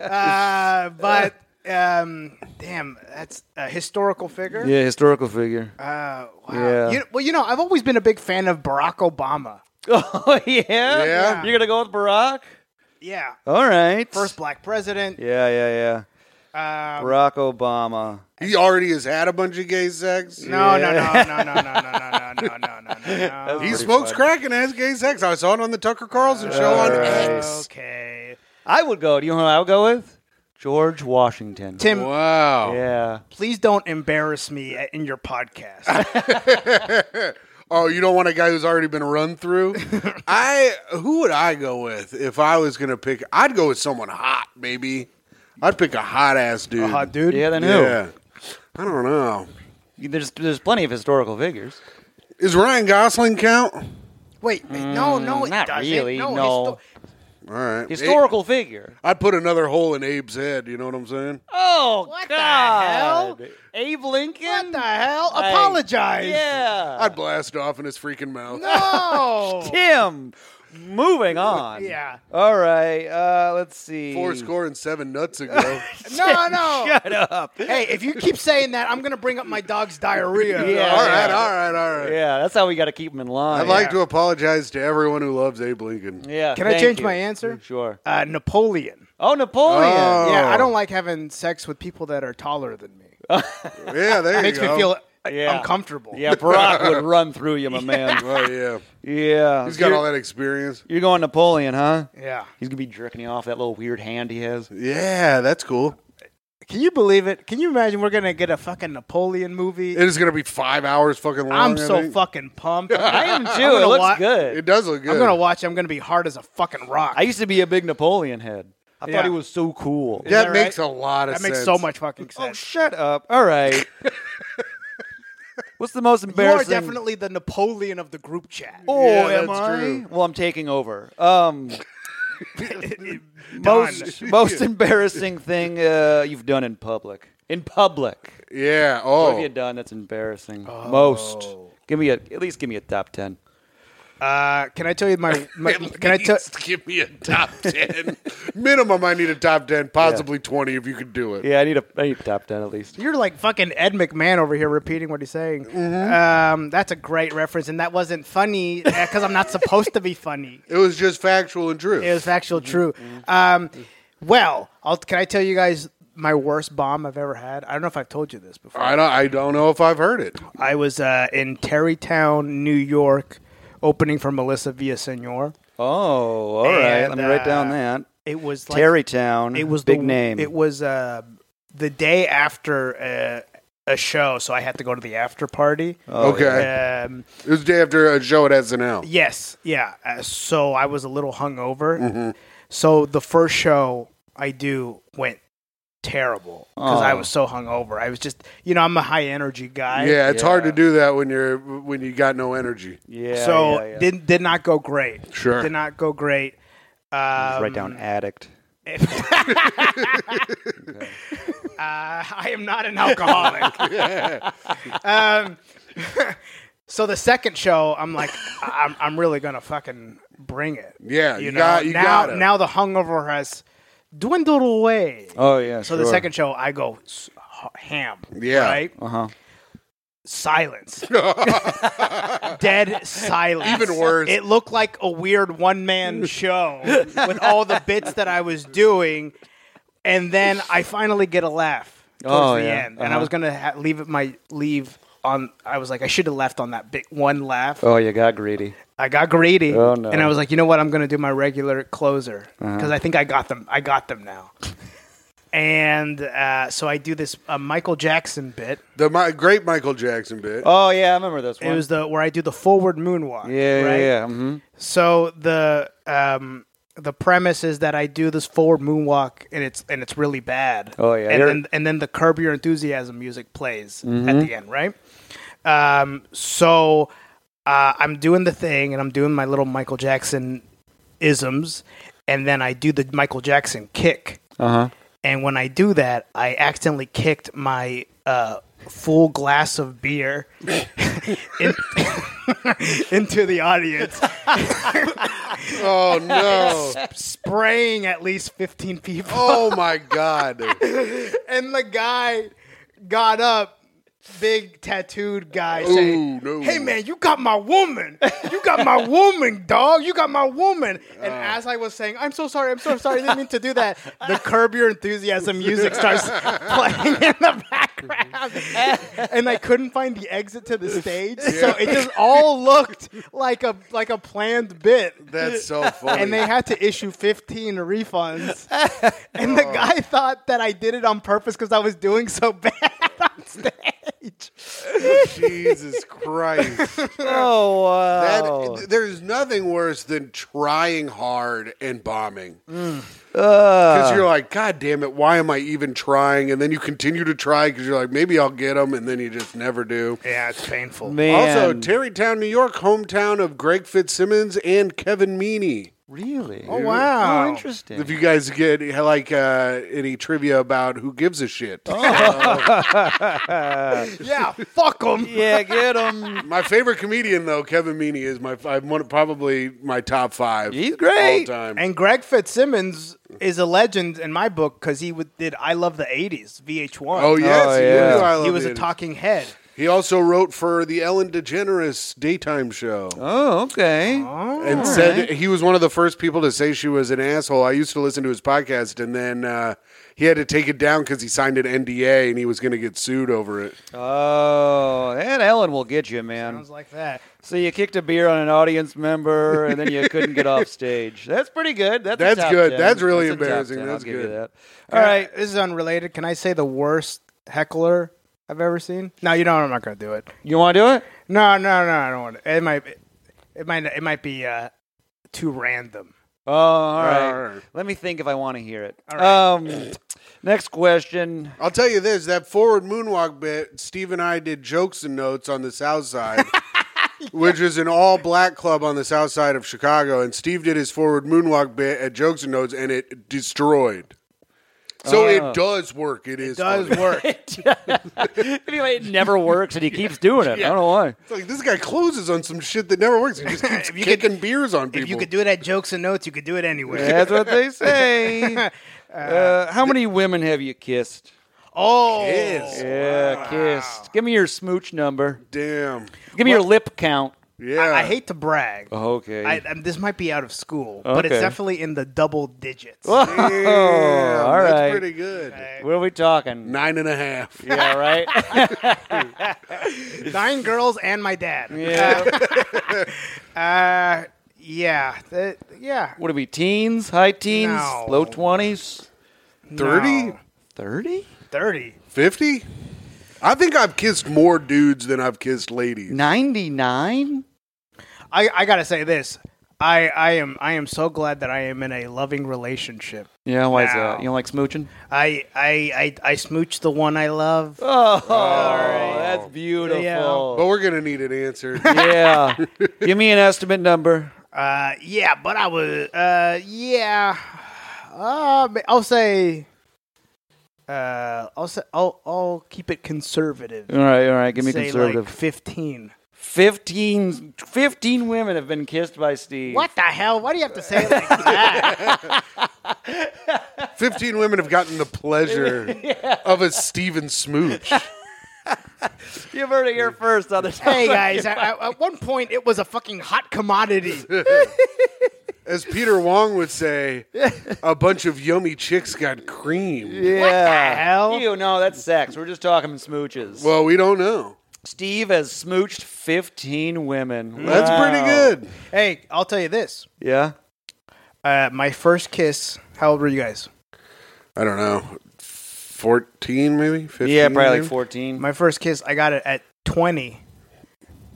Speaker 3: Uh, but um, damn, that's a historical figure.
Speaker 1: Yeah, historical figure.
Speaker 3: Uh, wow.
Speaker 1: Yeah.
Speaker 3: You- well, you know, I've always been a big fan of Barack Obama.
Speaker 1: oh yeah?
Speaker 2: Yeah.
Speaker 1: You're gonna go with Barack?
Speaker 3: Yeah,
Speaker 1: All right.
Speaker 3: first black president.
Speaker 1: Yeah, yeah, yeah.
Speaker 3: Uh,
Speaker 1: Barack Obama.
Speaker 2: He already has had a bunch of gay sex.
Speaker 3: no, no, no, no, no, no, no, no, no, no, no, no, no, no.
Speaker 2: He smokes crack and has gay sex. I saw it on the Tucker Carlson show on X.
Speaker 3: Okay.
Speaker 1: I would go. Do you know who I would go with? George Washington.
Speaker 3: Tim,
Speaker 2: Wow.
Speaker 1: Yeah.
Speaker 3: please don't embarrass me a- in your podcast.
Speaker 2: Oh, you don't want a guy who's already been run through? I who would I go with if I was gonna pick I'd go with someone hot, maybe. I'd pick a hot ass dude.
Speaker 3: Hot dude.
Speaker 1: Yeah, then who?
Speaker 2: Yeah. I don't know.
Speaker 1: There's there's plenty of historical figures.
Speaker 2: Is Ryan Gosling count?
Speaker 3: Wait, wait, no, no, it
Speaker 1: Mm, not
Speaker 3: doesn't.
Speaker 1: really,
Speaker 3: No,
Speaker 1: no.
Speaker 3: histo-
Speaker 2: All right.
Speaker 1: Historical figure.
Speaker 2: I'd put another hole in Abe's head. You know what I'm saying?
Speaker 1: Oh
Speaker 3: What the
Speaker 1: God!
Speaker 3: hell?
Speaker 1: Abe Lincoln.
Speaker 3: What the hell?
Speaker 1: Like,
Speaker 3: Apologize.
Speaker 1: Yeah.
Speaker 2: I'd blast off in his freaking mouth.
Speaker 3: No.
Speaker 1: Tim. Moving on.
Speaker 3: Yeah.
Speaker 1: All right. Uh, let's see.
Speaker 2: Four score and seven nuts ago.
Speaker 3: no, no.
Speaker 1: Shut up.
Speaker 3: Hey, if you keep saying that, I'm going to bring up my dog's diarrhea.
Speaker 1: Yeah.
Speaker 2: all right, all right, all right.
Speaker 1: Yeah, that's how we got to keep him in line.
Speaker 2: I'd like to apologize to everyone who loves Abe Lincoln.
Speaker 1: Yeah.
Speaker 3: Can I
Speaker 1: thank
Speaker 3: change
Speaker 1: you.
Speaker 3: my answer?
Speaker 1: Sure.
Speaker 3: Uh, Napoleon.
Speaker 1: Oh, Napoleon.
Speaker 2: Oh.
Speaker 3: Yeah, I don't like having sex with people that are taller than me.
Speaker 2: Yeah, there you
Speaker 3: makes me
Speaker 2: go.
Speaker 3: feel uh,
Speaker 1: Yeah.
Speaker 3: uncomfortable.
Speaker 1: Yeah, Barack would run through you, my man.
Speaker 2: Oh yeah,
Speaker 1: Yeah.
Speaker 2: he's got
Speaker 1: you're,
Speaker 2: all that experience.
Speaker 1: You're going Napoleon, huh?
Speaker 3: Yeah.
Speaker 1: He's gonna be jerking you off that little weird hand he has.
Speaker 2: Yeah, that's cool.
Speaker 3: Can you believe it? Can you imagine we're going to get a fucking Napoleon movie?
Speaker 2: It is gonna be five hours fucking long.
Speaker 3: I'm
Speaker 2: I
Speaker 3: so
Speaker 2: think.
Speaker 3: fucking pumped.
Speaker 1: I am too.
Speaker 3: gonna
Speaker 1: Hmm, It looks
Speaker 3: wa-
Speaker 1: good.
Speaker 2: It does look good.
Speaker 3: I'm going to watch. I'm going to be hard as a fucking rock.
Speaker 1: I used to be a big Napoleon head. I
Speaker 3: Yeah.
Speaker 1: thought he was so cool.
Speaker 2: that,
Speaker 3: that
Speaker 2: makes
Speaker 3: right?
Speaker 2: a lot of
Speaker 3: that
Speaker 2: sense.
Speaker 3: makes so much fucking
Speaker 1: Oh,
Speaker 3: sense.
Speaker 1: shut up. All right. What's the most
Speaker 3: you are
Speaker 1: embarrassing?
Speaker 3: definitely the Napoleon of the group chat.
Speaker 1: Oh,
Speaker 2: Yeah,
Speaker 1: am
Speaker 2: that's
Speaker 1: I?
Speaker 2: true.
Speaker 1: Well, I'm taking over. Um, most
Speaker 3: Done.
Speaker 1: most embarrassing thing uh, you've done in public. In public,
Speaker 2: Yeah.
Speaker 1: what
Speaker 2: Oh,
Speaker 1: have you done that's embarrassing?
Speaker 3: Oh.
Speaker 1: Most. Give me a at least. Give me a top ten.
Speaker 3: Uh, can I tell you my? my
Speaker 2: At
Speaker 3: can I tell?
Speaker 2: least give me a top ten? Minimum, I need a top ten, possibly twenty if you could do it.
Speaker 1: Yeah, I need a I need a top ten at least.
Speaker 3: You're like fucking Ed McMahon over here repeating what he's saying.
Speaker 1: Mm-hmm.
Speaker 3: Um, that's a great reference, and that wasn't funny because I'm not supposed to be funny.
Speaker 2: It was just factual and true.
Speaker 3: It was factual,
Speaker 1: Mm-hmm.
Speaker 3: true. Um, well, I'll, can I tell you guys my worst bomb I've ever had? I don't know if I've told you this before.
Speaker 2: I don't. I don't know if I've heard it.
Speaker 3: I was uh, in Terrytown, New York, opening for Melissa Villasenor.
Speaker 1: Oh, all right.
Speaker 3: And,
Speaker 1: Let me write down
Speaker 3: uh,
Speaker 1: that.
Speaker 3: It was like,
Speaker 1: Terrytown.
Speaker 3: It was the-
Speaker 1: big name.
Speaker 3: It was uh, the day after uh, a show, so I had to go to the after party.
Speaker 1: Oh,
Speaker 2: okay.
Speaker 3: Um,
Speaker 2: It was the day after a show at SNL.
Speaker 3: yes, yeah. Uh, so I was a little hungover.
Speaker 2: Mm-hmm.
Speaker 3: So the first show I do went terrible because I
Speaker 1: Oh.
Speaker 3: was so hungover. I was just, you know, I'm a high energy guy.
Speaker 2: yeah, it's hard to
Speaker 1: yeah.
Speaker 2: do that when you're when you got no energy.
Speaker 1: yeah.
Speaker 3: so
Speaker 1: yeah, yeah.
Speaker 3: did did not go great.
Speaker 2: Sure.
Speaker 3: Did not go great. Um,
Speaker 1: write down addict.
Speaker 3: Uh, I am not an alcoholic. um, so the second show, I'm like, I- I'm, I'm really gonna fucking bring it.
Speaker 2: Yeah, you got- you
Speaker 3: now,
Speaker 2: gotta.
Speaker 3: now the hungover has dwindled away.
Speaker 1: Oh yeah.
Speaker 3: so the second show, I go s- h- ham.
Speaker 2: Yeah.
Speaker 3: Right.
Speaker 1: Uh huh.
Speaker 3: Silence. Dead silence.
Speaker 2: Even worse.
Speaker 3: It looked like a weird one man show with all the bits that I was doing. And then I finally get a laugh towards
Speaker 1: Oh,
Speaker 3: the
Speaker 1: yeah.
Speaker 3: end. And I
Speaker 1: Uh-huh.
Speaker 3: was going to ha- leave it my leave on. I was like, I should have left on that big one laugh.
Speaker 1: Oh, you got greedy.
Speaker 3: I got greedy.
Speaker 1: Oh, no. Uh-huh.
Speaker 3: And I was like, you know what? I'm going to do my regular closer because I think I got them. I got them now. and uh, so I do this uh, Michael Jackson bit.
Speaker 2: The my, great Michael Jackson bit.
Speaker 1: Oh yeah, I remember this one.
Speaker 3: It was the where I do the forward moonwalk.
Speaker 1: yeah,
Speaker 3: right?
Speaker 1: yeah, yeah. hmm
Speaker 3: So the um the premise is that I do this forward moonwalk and it's and it's really bad.
Speaker 1: Oh, yeah.
Speaker 3: And
Speaker 1: You're-
Speaker 3: then and then the curb your enthusiasm music plays at
Speaker 1: Mm-hmm.
Speaker 3: the end, right? Um so uh, I'm doing the thing and I'm doing my little Michael Jackson isms and then I do the Michael Jackson kick.
Speaker 1: Uh huh.
Speaker 3: And when I do that, I accidentally kicked my uh, full glass of beer in- into the audience,
Speaker 2: Oh no!
Speaker 3: spraying at least 15 people.
Speaker 2: Oh my god!
Speaker 3: Oh, And the guy got up, big tattooed guy,
Speaker 2: Ooh,
Speaker 3: saying,
Speaker 2: no.
Speaker 3: Hey man, you got my woman. You got my woman, dog. You got my woman. And as I was saying, I'm so sorry, I'm so sorry, I didn't mean to do that. The curb your enthusiasm music starts playing in the background. And I couldn't find the exit to the stage. So it just all looked like a like a planned bit
Speaker 2: That's so funny.
Speaker 3: and they had to issue 15 refunds. and the guy thought that I did it on purpose because I was doing so bad on stage.
Speaker 2: Jesus Christ!
Speaker 1: Oh
Speaker 2: That,
Speaker 1: wow.
Speaker 2: There's nothing worse than trying hard and bombing.
Speaker 1: Uh,
Speaker 2: Because you're like, God damn it, why am I even trying? And then you continue to try because you're like, maybe I'll get them, and then you just never do.
Speaker 3: Yeah, it's painful.
Speaker 1: man.
Speaker 2: Also, Terrytown, New York, hometown of Greg Fitzsimmons and Kevin Meaney.
Speaker 1: Really?
Speaker 3: Oh, wow.
Speaker 1: Oh, interesting.
Speaker 2: If you guys get like uh, any trivia about who gives a shit,
Speaker 3: yeah, fuck them.
Speaker 1: yeah, get him.
Speaker 2: my favorite comedian though, Kevin Meaney, is my I'm one, probably my top five.
Speaker 1: He's great.
Speaker 2: all time.
Speaker 3: And Greg Fitzsimmons is a legend in my book because he would, did I Love the 80s, VH1.
Speaker 2: oh yes,
Speaker 1: Oh,
Speaker 2: he
Speaker 1: yeah.
Speaker 2: is. I love
Speaker 3: he was
Speaker 2: the
Speaker 3: a
Speaker 2: 80s.
Speaker 3: talking head.
Speaker 2: He also wrote for the Ellen DeGeneres daytime show.
Speaker 1: Oh, okay.
Speaker 2: and said he was one of the first people to say she was an asshole. I used to listen to his podcast, and then uh, he had to take it down because he signed an NDA and he was going to get sued over it.
Speaker 1: Oh, that Ellen will get you, man.
Speaker 3: Sounds like that.
Speaker 1: So you kicked a beer on an audience member, and then you couldn't get off stage. That's pretty good. That's a
Speaker 2: That's
Speaker 1: top
Speaker 2: good.
Speaker 1: 10.
Speaker 2: That's really
Speaker 1: a top
Speaker 2: embarrassing.
Speaker 1: 10.
Speaker 2: That's
Speaker 1: I'll give you
Speaker 2: good.
Speaker 1: that. All right.
Speaker 3: This is unrelated. Can I say the worst heckler I've ever seen? No, you know I'm not going to do it.
Speaker 1: You want to do it?
Speaker 3: No, no, no, I don't want to. It might, it might, it might be uh, too random.
Speaker 1: Oh, all right.
Speaker 2: All right.
Speaker 1: Let me think if I want to hear it.
Speaker 3: All right.
Speaker 1: Um, next question.
Speaker 2: I'll tell you this: that forward moonwalk bit, Steve and I did jokes and notes on the South Side. Which is an all black club on the south side of Chicago. And Steve did his forward moonwalk bit at Jokes and Notes and it destroyed. So
Speaker 1: Oh.
Speaker 2: it does work. It is.
Speaker 3: Does
Speaker 2: funny.
Speaker 3: work.
Speaker 1: anyway, it never works, and he keeps doing it. I don't know why.
Speaker 2: It's like this guy closes on some shit that never works. He just keeps
Speaker 3: If you could-
Speaker 2: kicking beers on people.
Speaker 3: If you could do it at jokes and notes, you could do it anywhere.
Speaker 1: That's what they say. Uh, how many women have you kissed?
Speaker 3: Oh,
Speaker 2: Yes.
Speaker 1: Yeah, kissed. Give me your smooch number.
Speaker 2: Damn.
Speaker 1: Give me your lip count.
Speaker 2: Yeah.
Speaker 3: I, I hate to brag.
Speaker 2: Oh,
Speaker 1: Okay.
Speaker 3: I, um, this might be out of school, but it's
Speaker 1: Okay.
Speaker 3: definitely in the double digits.
Speaker 2: Damn,
Speaker 1: all
Speaker 2: that's
Speaker 1: right.
Speaker 2: pretty good.
Speaker 1: what are we talking?
Speaker 2: Nine and a half.
Speaker 1: Yeah, right.
Speaker 3: Nine girls and my dad.
Speaker 1: yeah.
Speaker 3: Uh, yeah, that- yeah.
Speaker 1: What are we? Teens, high teens,
Speaker 3: No.
Speaker 1: low twenties,
Speaker 2: 30?
Speaker 3: No.
Speaker 1: thirty.
Speaker 3: Thirty.
Speaker 2: 50? I think I've kissed more dudes than I've kissed ladies.
Speaker 1: 99?
Speaker 3: I, I gotta say this. I, I am I am so glad that I am in a loving relationship.
Speaker 1: Yeah, why is
Speaker 3: Wow.
Speaker 1: that? You don't like smooching?
Speaker 3: I I I, I smooch the one I love.
Speaker 1: Oh, that's beautiful.
Speaker 3: Yeah.
Speaker 2: But we're going to need an answer.
Speaker 1: Yeah. Give me an estimate number.
Speaker 3: Uh, yeah, but I was uh yeah. Uh, ma- I'll say. Uh, I'll say I'll I'll keep it conservative.
Speaker 1: All right, all right. Give me
Speaker 3: say
Speaker 1: conservative.
Speaker 3: like fifteen.
Speaker 1: 15, 15 women have been kissed by Steve.
Speaker 3: What the hell? Why do you have to say it like that?
Speaker 2: 15 women have gotten the pleasure of a Steven Smooch.
Speaker 1: You've heard it here first on the
Speaker 3: hey guys, at, at at one point it was a fucking hot commodity.
Speaker 2: As Peter Wong would say, a bunch of yummy chicks got cream.
Speaker 1: Yeah.
Speaker 3: hell?
Speaker 1: You know, that's sex. We're just talking smooches.
Speaker 2: Well, we don't know.
Speaker 1: Steve has smooched 15 women.
Speaker 2: That's pretty
Speaker 1: Wow.
Speaker 2: good.
Speaker 3: hey, I'll tell you this.
Speaker 1: Yeah.
Speaker 3: Uh, my first kiss. How old were you guys?
Speaker 2: I don't know. 14 maybe? 15
Speaker 1: Yeah, probably
Speaker 2: maybe?
Speaker 1: like 14.
Speaker 3: My first kiss, I got it at 20,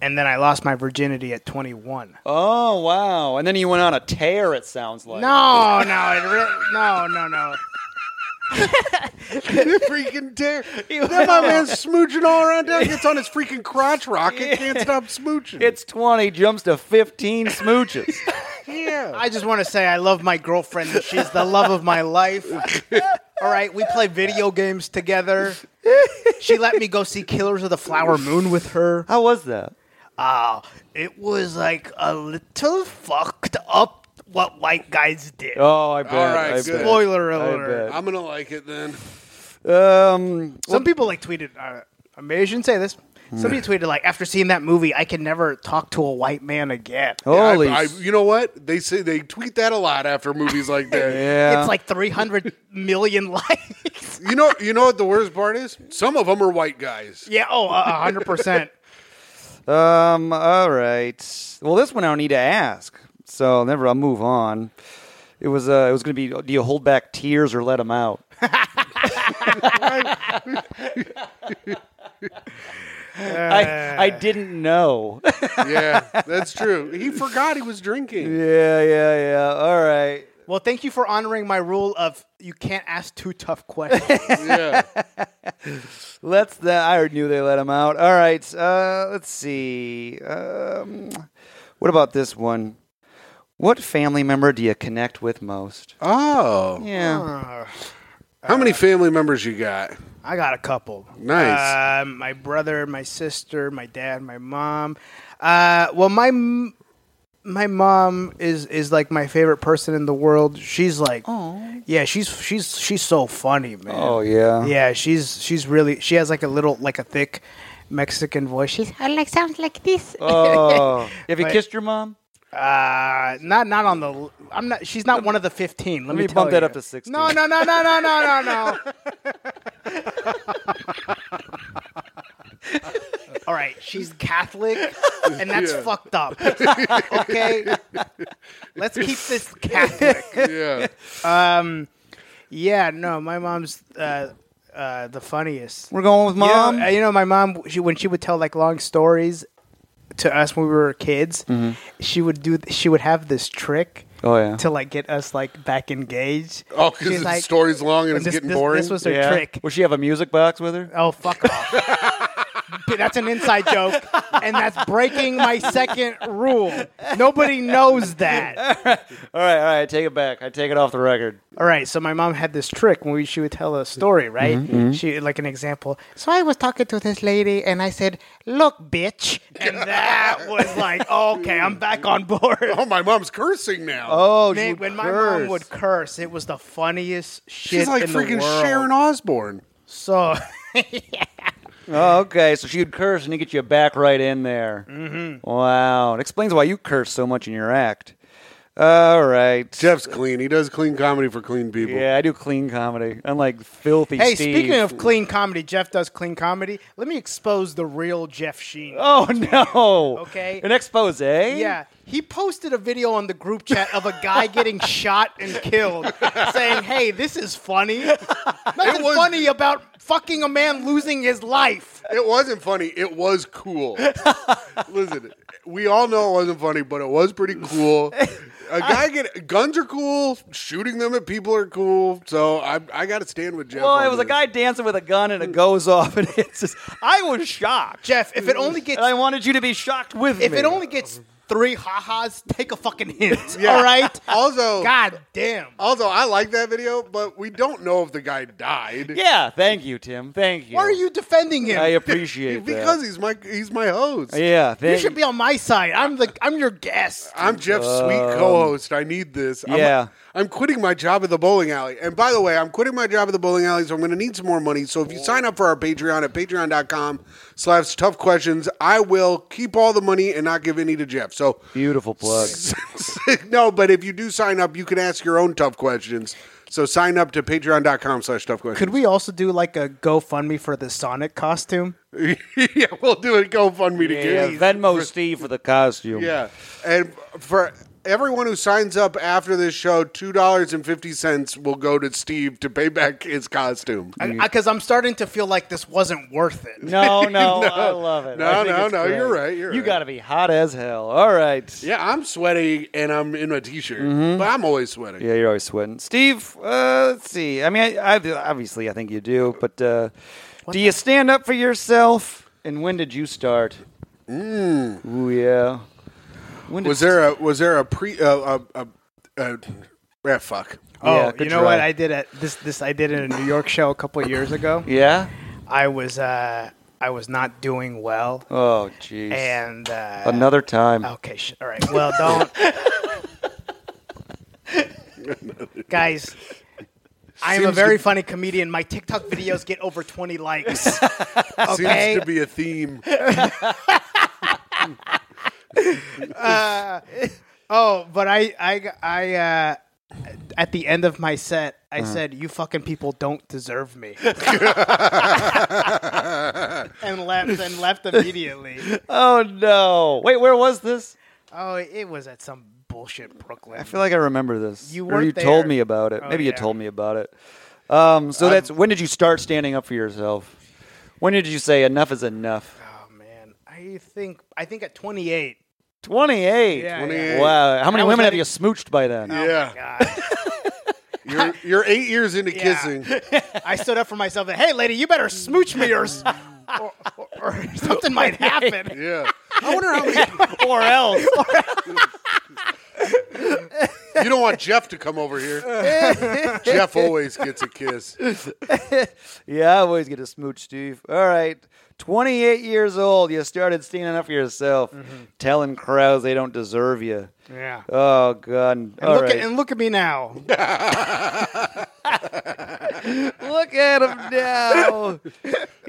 Speaker 3: and then I lost my virginity at 21.
Speaker 1: Oh, wow. And then you went on a tear, it sounds like.
Speaker 3: No, no, it re- no, no, no.
Speaker 2: freaking tear. That my man's smooching all around down. Gets on his freaking crotch rock and can't stop smooching.
Speaker 1: It's 20, jumps to 15 smooches.
Speaker 2: yeah.
Speaker 3: I just want to say I love my girlfriend. She's the love of my life. All right, we play video games together. She let me go see Killers of the Flower Moon with her.
Speaker 1: How was that?
Speaker 3: Uh, it was like a little fucked up what white guys did.
Speaker 1: Oh, I bet.
Speaker 2: right,
Speaker 1: I
Speaker 2: good.
Speaker 1: bet.
Speaker 3: Spoiler alert.
Speaker 1: I
Speaker 2: I'm gonna like it then.
Speaker 1: bet. Um,
Speaker 3: Some people like tweeted. Uh, I mean, I shouldn't say this. Somebody tweeted like, after seeing that movie, I can never talk to a white man again.
Speaker 1: holy.
Speaker 2: I, I,
Speaker 1: s-
Speaker 2: you know what? They say they tweet that a lot after movies like that.
Speaker 1: yeah.
Speaker 3: It's like 300 million likes.
Speaker 2: You know, you know what the worst part is? Some of them are white guys.
Speaker 3: yeah, oh, uh, 100%.
Speaker 1: Um. All right. Well, this one I don't need to ask, so never. I'll move on. It was. Uh, it was going to be. Do you hold back tears or let them out? I I didn't know.
Speaker 2: Yeah, that's true. He forgot he was drinking.
Speaker 1: yeah. Yeah. Yeah. All right.
Speaker 3: well, thank you for honoring my rule of you can't ask too tough questions.
Speaker 2: Yeah,
Speaker 1: Let's. The, I already knew they let him out. All right. Uh. Let's see. Um. What about this one? What family member do you connect with most?
Speaker 2: Oh.
Speaker 1: Yeah.
Speaker 3: Uh,
Speaker 2: How many family members you got?
Speaker 3: I got a couple.
Speaker 2: Nice.
Speaker 3: Uh, my brother, my sister, my dad, my mom. Uh, well, my m- my mom is is like my favorite person in the world. She's like, yeah, she's she's she's so funny, man.
Speaker 1: Oh, yeah.
Speaker 3: yeah. She's she's really she has like a little like a thick Mexican voice. She's
Speaker 4: I like sounds like this.
Speaker 1: Oh. Have you
Speaker 3: Wait.
Speaker 1: kissed your mom?
Speaker 3: Uh, not not on the. l- I'm not. She's not one of the fifteen. Let,
Speaker 1: Let
Speaker 3: me,
Speaker 1: me
Speaker 3: tell
Speaker 1: bump that
Speaker 3: you.
Speaker 1: up to 16.
Speaker 3: No, no, no, no, no, no, no, no. All right, she's Catholic, and that's
Speaker 2: Yeah.
Speaker 3: fucked up. Okay, let's keep this Catholic.
Speaker 2: Yeah.
Speaker 3: Yeah, no, my mom's uh, uh, the funniest.
Speaker 1: We're going with
Speaker 3: You know-
Speaker 1: mom?
Speaker 3: uh, You know, my mom, she, when she would tell like long stories to us when we were kids, she would do. She would have this trick
Speaker 1: oh, Mm-hmm. yeah.
Speaker 3: to like get us like back engaged.
Speaker 2: Oh, because
Speaker 3: She's
Speaker 2: the
Speaker 3: like,
Speaker 2: story's long and
Speaker 3: this,
Speaker 2: it's getting
Speaker 3: this-
Speaker 2: boring.
Speaker 3: This was her
Speaker 1: yeah.
Speaker 3: trick.
Speaker 1: Will she have a music box with her?
Speaker 3: Oh fuck off. But that's an inside joke, and that's breaking my second rule. Nobody knows that.
Speaker 1: All right, all right. I take it back. I take it off the record.
Speaker 3: All right, so my mom had this trick when we, she would tell a story,
Speaker 2: Mm-hmm.
Speaker 3: right? She like an example.
Speaker 4: So I was talking to this lady and I said, "Look, bitch."
Speaker 3: And that was like, okay, I'm back on board.
Speaker 2: oh, my mom's cursing now.
Speaker 1: Oh,
Speaker 3: Man, when my mom would curse, it was the funniest shit.
Speaker 2: She's like
Speaker 3: in
Speaker 2: freaking
Speaker 3: the world.
Speaker 2: Sharon Osbourne.
Speaker 3: So
Speaker 1: Oh, okay. So she would curse and you get you back right in there. Mm-hmm. Wow. It explains why you curse so much in your act. All right.
Speaker 2: Jeff's clean. He does clean comedy for clean people.
Speaker 1: Yeah, I do clean comedy. Unlike filthy
Speaker 3: Hey,
Speaker 1: Steve.
Speaker 3: speaking of clean comedy, Jeff does clean comedy. Let me expose the real Jeff Sheen.
Speaker 1: Oh, no.
Speaker 3: Okay.
Speaker 1: An expose?
Speaker 3: Yeah, he posted a video on the group chat of a guy getting shot and killed, saying, "Hey, this is funny. Nothing
Speaker 2: was-
Speaker 3: funny about fucking a man losing his life."
Speaker 2: It wasn't funny. It was cool. Listen, we all know it wasn't funny, but it was pretty cool. A guy get guns are cool. Shooting them at people are cool. So I I got to stand with Jeff.
Speaker 1: Well,
Speaker 2: on
Speaker 1: it was a
Speaker 2: this.
Speaker 1: guy dancing with a gun and it goes off and it's just, I was shocked.
Speaker 3: Jeff, if it only gets
Speaker 1: And I wanted you to be shocked with
Speaker 3: if
Speaker 1: me.
Speaker 3: it only gets three ha-has, take a fucking hint.
Speaker 2: Yeah.
Speaker 3: All right.
Speaker 2: Also,
Speaker 3: God damn.
Speaker 2: also I like that video, but we don't know if the guy died.
Speaker 1: Yeah, thank you, Tim. Thank you.
Speaker 3: Why are you defending him?
Speaker 1: I appreciate that.
Speaker 2: because he's my he's my host.
Speaker 1: Yeah,
Speaker 3: you
Speaker 1: thank
Speaker 3: should be on my side. I'm the I'm your guest.
Speaker 2: I'm Jeff's sweet co-host. I need this. I'm-
Speaker 1: Um, yeah.
Speaker 2: I'm, quitting my job at the bowling alley. And by the way, I'm quitting my job at the bowling alley, so I'm going to need some more money. So if you sign up for our Patreon at patreon.com slash tough questions, I will keep all the money and not give any to Jeff. So
Speaker 1: Beautiful plug.
Speaker 2: no, but if you do sign up, you can ask your own tough questions. So sign up to patreon.com slash tough questions.
Speaker 3: Could we also do like a GoFundMe for the Sonic costume?
Speaker 2: yeah, we'll do a GoFundMe to
Speaker 1: Yeah,
Speaker 2: get
Speaker 1: Venmo Steve for the costume.
Speaker 2: Yeah. And for everyone who signs up after this show, $2.50 will go to Steve to pay back his costume.
Speaker 3: Because I'm starting to feel like this wasn't worth it.
Speaker 1: No, no, I love it.
Speaker 2: No,
Speaker 1: I think
Speaker 2: no,
Speaker 1: it's
Speaker 2: no,
Speaker 1: great.
Speaker 2: you're right, you're
Speaker 1: you
Speaker 2: right.
Speaker 1: got to be hot as hell. All right.
Speaker 2: yeah, I'm sweaty and I'm in a t-shirt, but I'm always sweating.
Speaker 1: Yeah, you're always sweating, Steve. Uh, let's see. I mean, I, I obviously I think you do, but uh, do you stand up for yourself? And when did you start? Mm. Ooh, yeah. When did
Speaker 2: Was there a was there a pre uh, a, a, a ah, fuck.
Speaker 1: Yeah,
Speaker 3: Oh,
Speaker 1: good
Speaker 3: you know what
Speaker 1: try.
Speaker 3: I did at this this I did in a New York show a couple of years ago.
Speaker 1: Yeah.
Speaker 3: I was uh I was not doing well
Speaker 1: Oh, jeez.
Speaker 3: and uh
Speaker 1: Another time.
Speaker 3: Okay, sh- all right. Well, don't Guys, I am a
Speaker 2: Seems
Speaker 3: very
Speaker 2: to-
Speaker 3: funny comedian. My TikTok videos get over 20 likes.
Speaker 2: Seems
Speaker 3: Okay.
Speaker 2: to be a theme.
Speaker 3: Oh, but I, I, I, uh, at the end of my set, I
Speaker 1: Uh-huh.
Speaker 3: said, "You fucking people don't deserve me," and left, and left immediately.
Speaker 1: Oh no! Wait, where was this?
Speaker 3: Oh, it was at some bullshit Brooklyn.
Speaker 1: I feel like I remember this.
Speaker 3: You
Speaker 1: or
Speaker 3: weren't
Speaker 1: you told
Speaker 3: there.
Speaker 1: me about it.
Speaker 3: Oh,
Speaker 1: Maybe you
Speaker 3: yeah.
Speaker 1: told me about it. Um, so that's when did you start standing up for yourself? When did you say enough is enough?
Speaker 3: oh man, I think I think at 28.
Speaker 1: Twenty-eight.
Speaker 3: Yeah,
Speaker 2: 28.
Speaker 1: Wow. How many
Speaker 3: was
Speaker 1: women have
Speaker 3: at a-
Speaker 1: you smooched by then?
Speaker 2: yeah.
Speaker 3: oh God,
Speaker 2: You're you're 8 years into kissing.
Speaker 3: I stood up for myself. And, hey, lady, you better smooch me or, s- or, or, or something might happen.
Speaker 2: Yeah. I wonder how many
Speaker 1: or else.
Speaker 2: You don't want Jeff to come over here. Jeff always gets a kiss.
Speaker 1: Yeah, I always get a smooch, Steve. All right. 28 years old, you started standing up for yourself, telling crowds they don't deserve you.
Speaker 3: Mm-hmm. Yeah.
Speaker 1: Oh, God.
Speaker 3: And
Speaker 1: All
Speaker 3: look
Speaker 1: right.
Speaker 3: at and look at me now.
Speaker 1: Look at him now.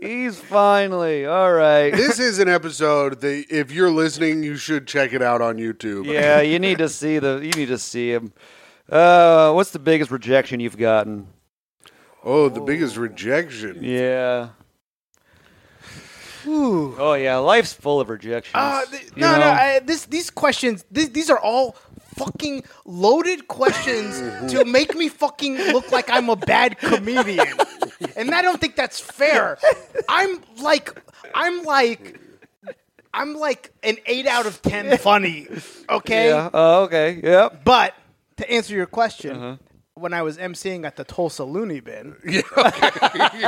Speaker 1: He's finally. All right.
Speaker 2: This is an episode that if you're listening, you should check it out on YouTube.
Speaker 1: Yeah, you need to see the. You need to see him. Uh, what's the biggest rejection you've gotten?
Speaker 2: Oh, the biggest rejection.
Speaker 1: Yeah.
Speaker 3: Ooh.
Speaker 1: Oh yeah, life's full of rejections.
Speaker 3: Uh, th-
Speaker 1: you
Speaker 3: no, no.
Speaker 1: know?
Speaker 3: I, this these questions. These these are all fucking loaded questions to make me fucking look like I'm a bad comedian, and I don't think that's fair. I'm like, I'm like. I'm like an eight out of ten funny, okay?
Speaker 1: yeah. Oh, okay. Yep.
Speaker 3: But to answer your question,
Speaker 1: Uh-huh.
Speaker 3: when I was emceeing at the Tulsa Looney Bin,
Speaker 2: yes.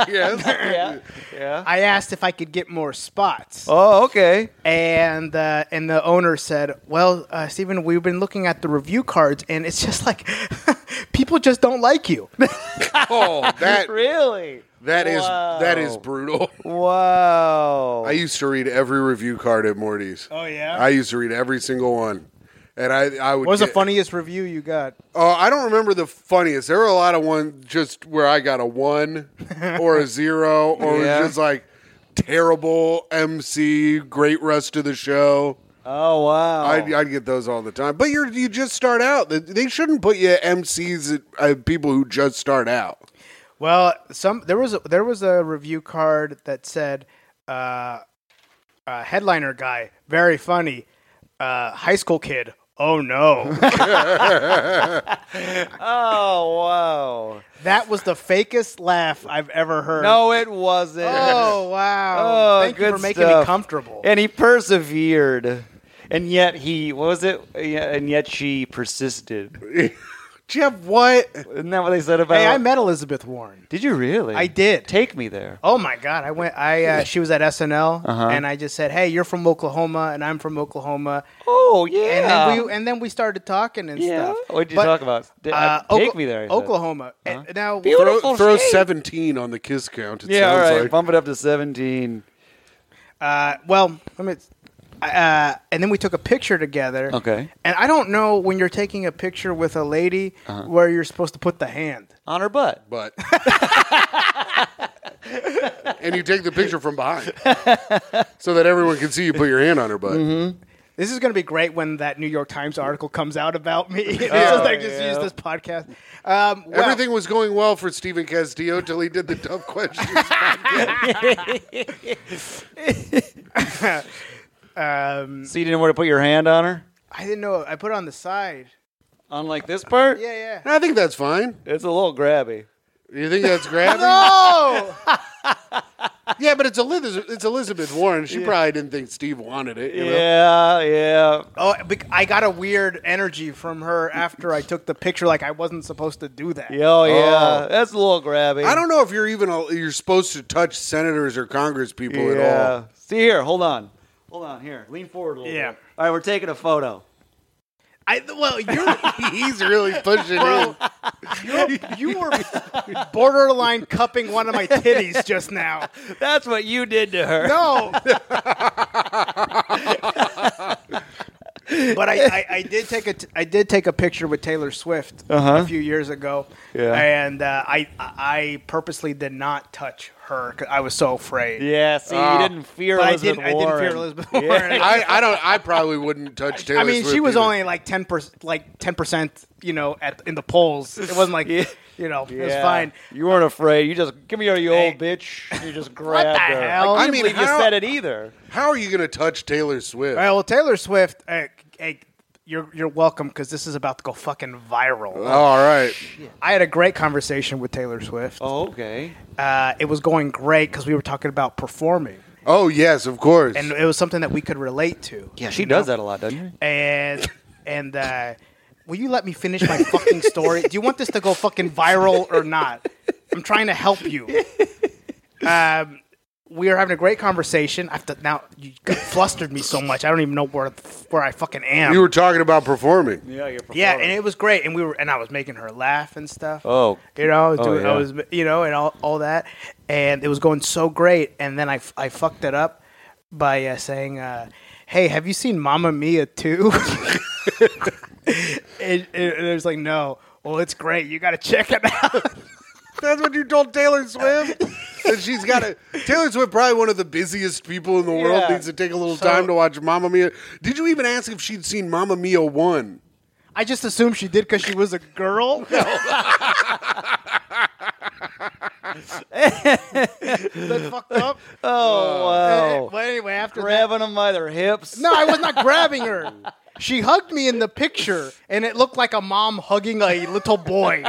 Speaker 1: Yeah. Yeah.
Speaker 3: I asked if I could get more spots.
Speaker 1: Oh, okay.
Speaker 3: and uh, and the owner said, "Well, uh, Stephen, we've been looking at the review cards, and it's just like people just don't like you."
Speaker 2: Oh, that
Speaker 1: Really?
Speaker 2: that is that is
Speaker 1: Wow.
Speaker 2: brutal.
Speaker 1: Wow.
Speaker 2: I used to read every review card at Morty's.
Speaker 3: Oh, yeah?
Speaker 2: I used to read every single one, and I I would.
Speaker 3: What was the
Speaker 2: get-
Speaker 3: funniest review you got?
Speaker 2: Uh, I don't remember the funniest. There were a lot of ones just where I got a one or a zero or it was
Speaker 1: Yeah.
Speaker 2: just like terrible MC, great rest of the show.
Speaker 1: oh wow.
Speaker 2: I'd, I'd get those all the time. But you're you just start out. They- They shouldn't put you at MCs at uh, people who just start out.
Speaker 3: Well, some there was a, there was a review card that said, uh, uh, "Headliner guy, very funny, uh, high school kid." Oh no,
Speaker 1: oh wow.
Speaker 3: that was the fakest laugh I've ever heard.
Speaker 1: No, it wasn't.
Speaker 3: Oh wow!
Speaker 1: Oh,
Speaker 3: Thank you
Speaker 1: good
Speaker 3: for making me
Speaker 1: stuff.
Speaker 3: comfortable.
Speaker 1: And he persevered. And yet he what was it? Yeah, And yet she persisted.
Speaker 2: Jeff, what?
Speaker 1: Isn't that what they said about?
Speaker 3: hey, I met Elizabeth Warren.
Speaker 1: Did you really?
Speaker 3: I did.
Speaker 1: Take me there.
Speaker 3: Oh my God! I went. I uh, she was at SNL,
Speaker 1: Uh-huh.
Speaker 3: and I just said, "Hey, you're from Oklahoma, and I'm from Oklahoma."
Speaker 1: Oh
Speaker 3: And
Speaker 1: yeah.
Speaker 3: then we and then we started talking and
Speaker 1: yeah.
Speaker 3: stuff.
Speaker 1: What did you
Speaker 3: But,
Speaker 1: talk about? Did-
Speaker 3: Uh,
Speaker 1: take
Speaker 3: Oka-
Speaker 1: me there. I said.
Speaker 3: Oklahoma. And now,
Speaker 2: Throw,
Speaker 1: Beautiful
Speaker 2: throw
Speaker 1: shape.
Speaker 2: 17 on the kiss count. It
Speaker 1: Yeah. All
Speaker 2: sounds
Speaker 1: right.
Speaker 2: like.
Speaker 1: Bump it up to seventeen.
Speaker 3: uh, well, let me. Uh, and then we took a picture together.
Speaker 1: Okay.
Speaker 3: And I don't know when you're taking a picture with a lady
Speaker 1: Uh-huh.
Speaker 3: where you're supposed to put the hand.
Speaker 1: On her butt.
Speaker 2: but and you take the picture from behind so that everyone can see you put your hand on her butt.
Speaker 1: Mm-hmm.
Speaker 3: This is going to be great when that New York Times article comes out about me. It's
Speaker 1: Oh,
Speaker 3: just like just use this podcast. Um, well-
Speaker 2: Everything was going well for Stephen Castillo till he did the tough questions.
Speaker 3: Um,
Speaker 1: So you didn't know where to put your hand on her.
Speaker 3: I didn't know. I put it on the side.
Speaker 1: On like this part.
Speaker 3: Yeah, yeah.
Speaker 2: I think that's fine.
Speaker 1: It's a little grabby.
Speaker 2: You think that's grabbing?
Speaker 3: Oh,
Speaker 2: Yeah, but it's Elizabeth, it's Elizabeth Warren. She probably didn't think Steve wanted it. You know?
Speaker 1: Yeah. Yeah.
Speaker 3: oh! bec- I got a weird energy from her after I took the picture. Like I wasn't supposed to do that.
Speaker 1: Yeah, Oh yeah. That's a little grabby.
Speaker 2: I don't know if you're even a, you're supposed to touch senators or Congress people at all.
Speaker 1: See here, hold on. Hold on here. Lean forward a little
Speaker 3: Yeah.
Speaker 1: bit. All right, we're taking a photo.
Speaker 3: I well, you
Speaker 2: He's really pushing it.
Speaker 3: you were borderline cupping one of my titties just now.
Speaker 1: That's what you did to her.
Speaker 3: No. but I, I, I did take a t- I did take a picture with Taylor Swift a few years ago.
Speaker 1: Uh-huh. Yeah.
Speaker 3: And uh, I I purposely did not touch her 'cause I was so afraid.
Speaker 1: Yeah, see, you didn't fear
Speaker 3: Oh. But I
Speaker 1: Elizabeth
Speaker 3: didn't- I didn't fear Elizabeth Warren.
Speaker 2: I, I don't. I probably wouldn't touch Taylor.
Speaker 3: I mean, she
Speaker 2: Swift
Speaker 3: was
Speaker 2: either.
Speaker 3: only like ten percent, like ten percent, you know, at in the polls. It wasn't like,
Speaker 1: Yeah.
Speaker 3: you know, it
Speaker 1: Yeah.
Speaker 3: was fine.
Speaker 1: You weren't afraid. You just give me your you
Speaker 3: Hey.
Speaker 1: old bitch. You just grabbed
Speaker 3: the
Speaker 1: her.
Speaker 3: hell?
Speaker 1: Like,
Speaker 2: I
Speaker 1: I
Speaker 2: mean,
Speaker 1: mean, you
Speaker 2: how-
Speaker 1: said it either.
Speaker 2: How are you going to touch Taylor Swift?
Speaker 3: All right, well, Taylor Swift, uh, hey, you're you're welcome because this is about to go fucking viral.
Speaker 2: Oh, All right.
Speaker 3: I had a great conversation with Taylor Swift.
Speaker 1: Oh, okay.
Speaker 3: Uh, it was going great because we were talking about performing,
Speaker 2: Oh yes, of course.
Speaker 3: and it was something that we could relate to.
Speaker 1: Yeah, she does that a lot, doesn't she?
Speaker 3: And and uh, will you let me finish my fucking story? Do you want this to go fucking viral or not? I'm trying to help you. Um, we are having a great conversation. I have to now. You flustered me so much. I don't even know where where I fucking am.
Speaker 2: You were talking about performing.
Speaker 1: Yeah, you're
Speaker 3: yeah, and it was great, and we were, and I was making her laugh and stuff.
Speaker 1: Oh.
Speaker 3: you know,
Speaker 1: Oh,
Speaker 3: doing-
Speaker 1: yeah.
Speaker 3: I was, you know, and all, all that, and it was going so great, and then I, f- I fucked it up by uh, saying, uh, "Hey, have you seen Mamma Mia too?" and, and and it was like, "No." Well, it's great. You got to check it out.
Speaker 2: That's what you told Taylor Swift. that she's got to. Taylor Swift, probably one of the busiest people in the world,
Speaker 3: Yeah.
Speaker 2: needs to take a little
Speaker 3: So-
Speaker 2: time to watch Mamma Mia. Did you even ask if she'd seen Mamma Mia one?
Speaker 3: I just assumed she did because she was a girl. That's fucked up.
Speaker 1: Oh, wow.
Speaker 3: But anyway, after that,
Speaker 1: Grabbing them by their hips.
Speaker 3: No, I was not grabbing her. She hugged me in the picture, and it looked like a mom hugging a little boy.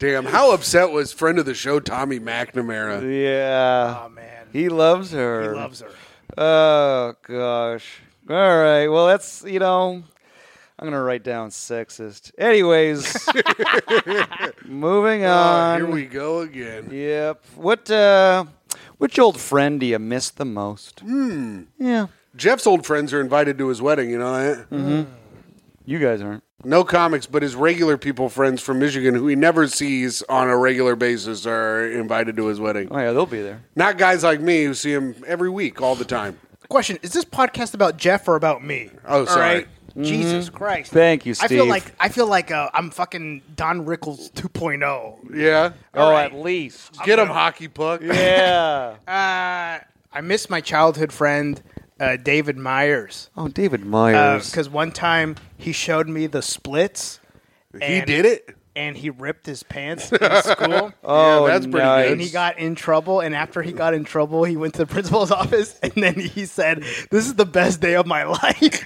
Speaker 2: Damn, how upset was friend of the show Tommy McNamara?
Speaker 1: Yeah.
Speaker 3: oh man, he
Speaker 1: He loves her.
Speaker 3: loves her.
Speaker 1: Oh gosh. All right. Well, that's you know, I'm gonna write down sexist. Anyways, moving
Speaker 2: Oh,
Speaker 1: on.
Speaker 2: here we go again.
Speaker 1: Yep. What? uh Which old friend do you miss the most? Hmm. Yeah.
Speaker 2: Jeff's old friends are invited to his wedding, you know that?
Speaker 1: You guys aren't.
Speaker 2: No comics, but his regular people friends from Michigan who he never sees on a regular basis are invited to his wedding.
Speaker 1: Oh yeah, they'll be there.
Speaker 2: Not guys like me who see him every week, all the time.
Speaker 3: Question: Is this podcast about Jeff or about me?
Speaker 2: Oh,
Speaker 3: All
Speaker 2: sorry.
Speaker 3: Jesus Christ.
Speaker 1: Thank you,
Speaker 3: I feel
Speaker 1: Steve.
Speaker 3: like I feel like uh, I'm fucking Don Rickles 2.0.
Speaker 2: Yeah.
Speaker 1: oh,
Speaker 3: right.
Speaker 1: at least.
Speaker 2: Uh, Get him, hockey puck.
Speaker 1: Yeah.
Speaker 3: Uh, I miss my childhood friend uh, David Myers
Speaker 1: oh, David Myers.
Speaker 3: because one time he showed me the splits.
Speaker 2: He
Speaker 3: and-
Speaker 2: did it.
Speaker 3: and he ripped his pants in school.
Speaker 1: oh,
Speaker 2: yeah, that's pretty
Speaker 1: nice.
Speaker 2: good.
Speaker 3: and he got in trouble. And after he got in trouble, he went to the principal's office, and then he said, "This is the best day of my life."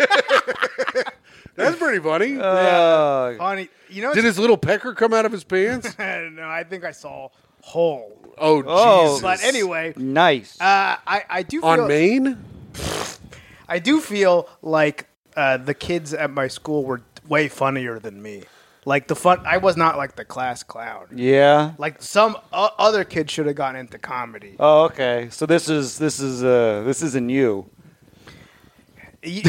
Speaker 2: That's pretty funny.
Speaker 1: Oh,
Speaker 3: Funny, you know.
Speaker 2: Did his little pecker come out of his pants?
Speaker 3: no, I think I saw hole.
Speaker 2: Oh,
Speaker 1: Oh.
Speaker 2: Jesus.
Speaker 3: But anyway, uh,
Speaker 1: nice.
Speaker 3: I I do feel,
Speaker 2: on Maine?
Speaker 3: I do feel like uh, the kids at my school were way funnier than me. Like the fun, I was not like the class clown.
Speaker 1: yeah.
Speaker 3: Like some o- other kid should have gone into comedy.
Speaker 1: Oh, okay. So this is this is uh this isn't you.
Speaker 3: You-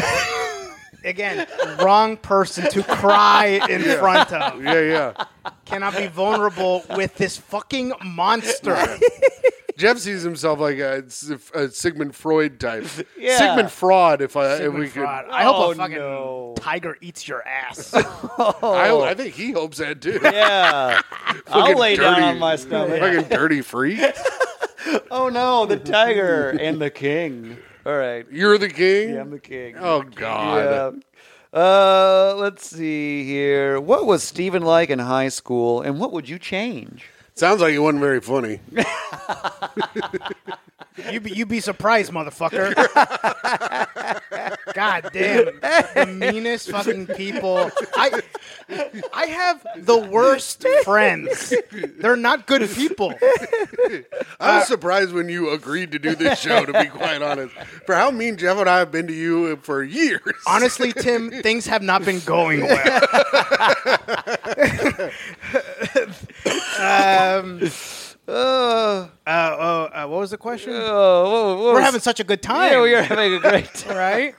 Speaker 3: Again, wrong person to cry in front of.
Speaker 2: Yeah, yeah.
Speaker 3: Cannot be vulnerable with this fucking monster.
Speaker 2: Jeff sees himself like a, a Sigmund Freud type.
Speaker 1: Yeah.
Speaker 2: Sigmund Fraud, if I if we
Speaker 3: Sigmund
Speaker 2: could.
Speaker 3: Freud. I hope
Speaker 1: Oh,
Speaker 3: a fucking
Speaker 1: no.
Speaker 3: tiger eats your ass.
Speaker 2: I, I think he hopes that too.
Speaker 1: Oh. Yeah. I'll
Speaker 2: Fucking
Speaker 1: lay down
Speaker 2: dirty-
Speaker 1: on my stomach.
Speaker 2: Fucking dirty freak.
Speaker 1: Oh no, the tiger and the king. All right.
Speaker 2: You're the king.
Speaker 1: Yeah, I'm the king.
Speaker 2: Oh God.
Speaker 1: Yeah. Uh, let's see here. What was Steven like in high school and what would you change?
Speaker 2: Sounds like it wasn't very funny.
Speaker 3: you be you be surprised, motherfucker. God damn, the meanest fucking people. I I have the worst friends. They're not good people.
Speaker 2: I
Speaker 1: Uh,
Speaker 2: was surprised when you agreed to do this show. To be quite honest, for how mean Jeff and I have been to you for years.
Speaker 3: Honestly, Tim, things have not been going well.
Speaker 1: Uh,
Speaker 3: Uh, oh, uh, what was the question?
Speaker 1: oh, what- what
Speaker 3: We're
Speaker 1: was-
Speaker 3: having such a good time.
Speaker 1: Yeah, we are having a great time.
Speaker 3: right?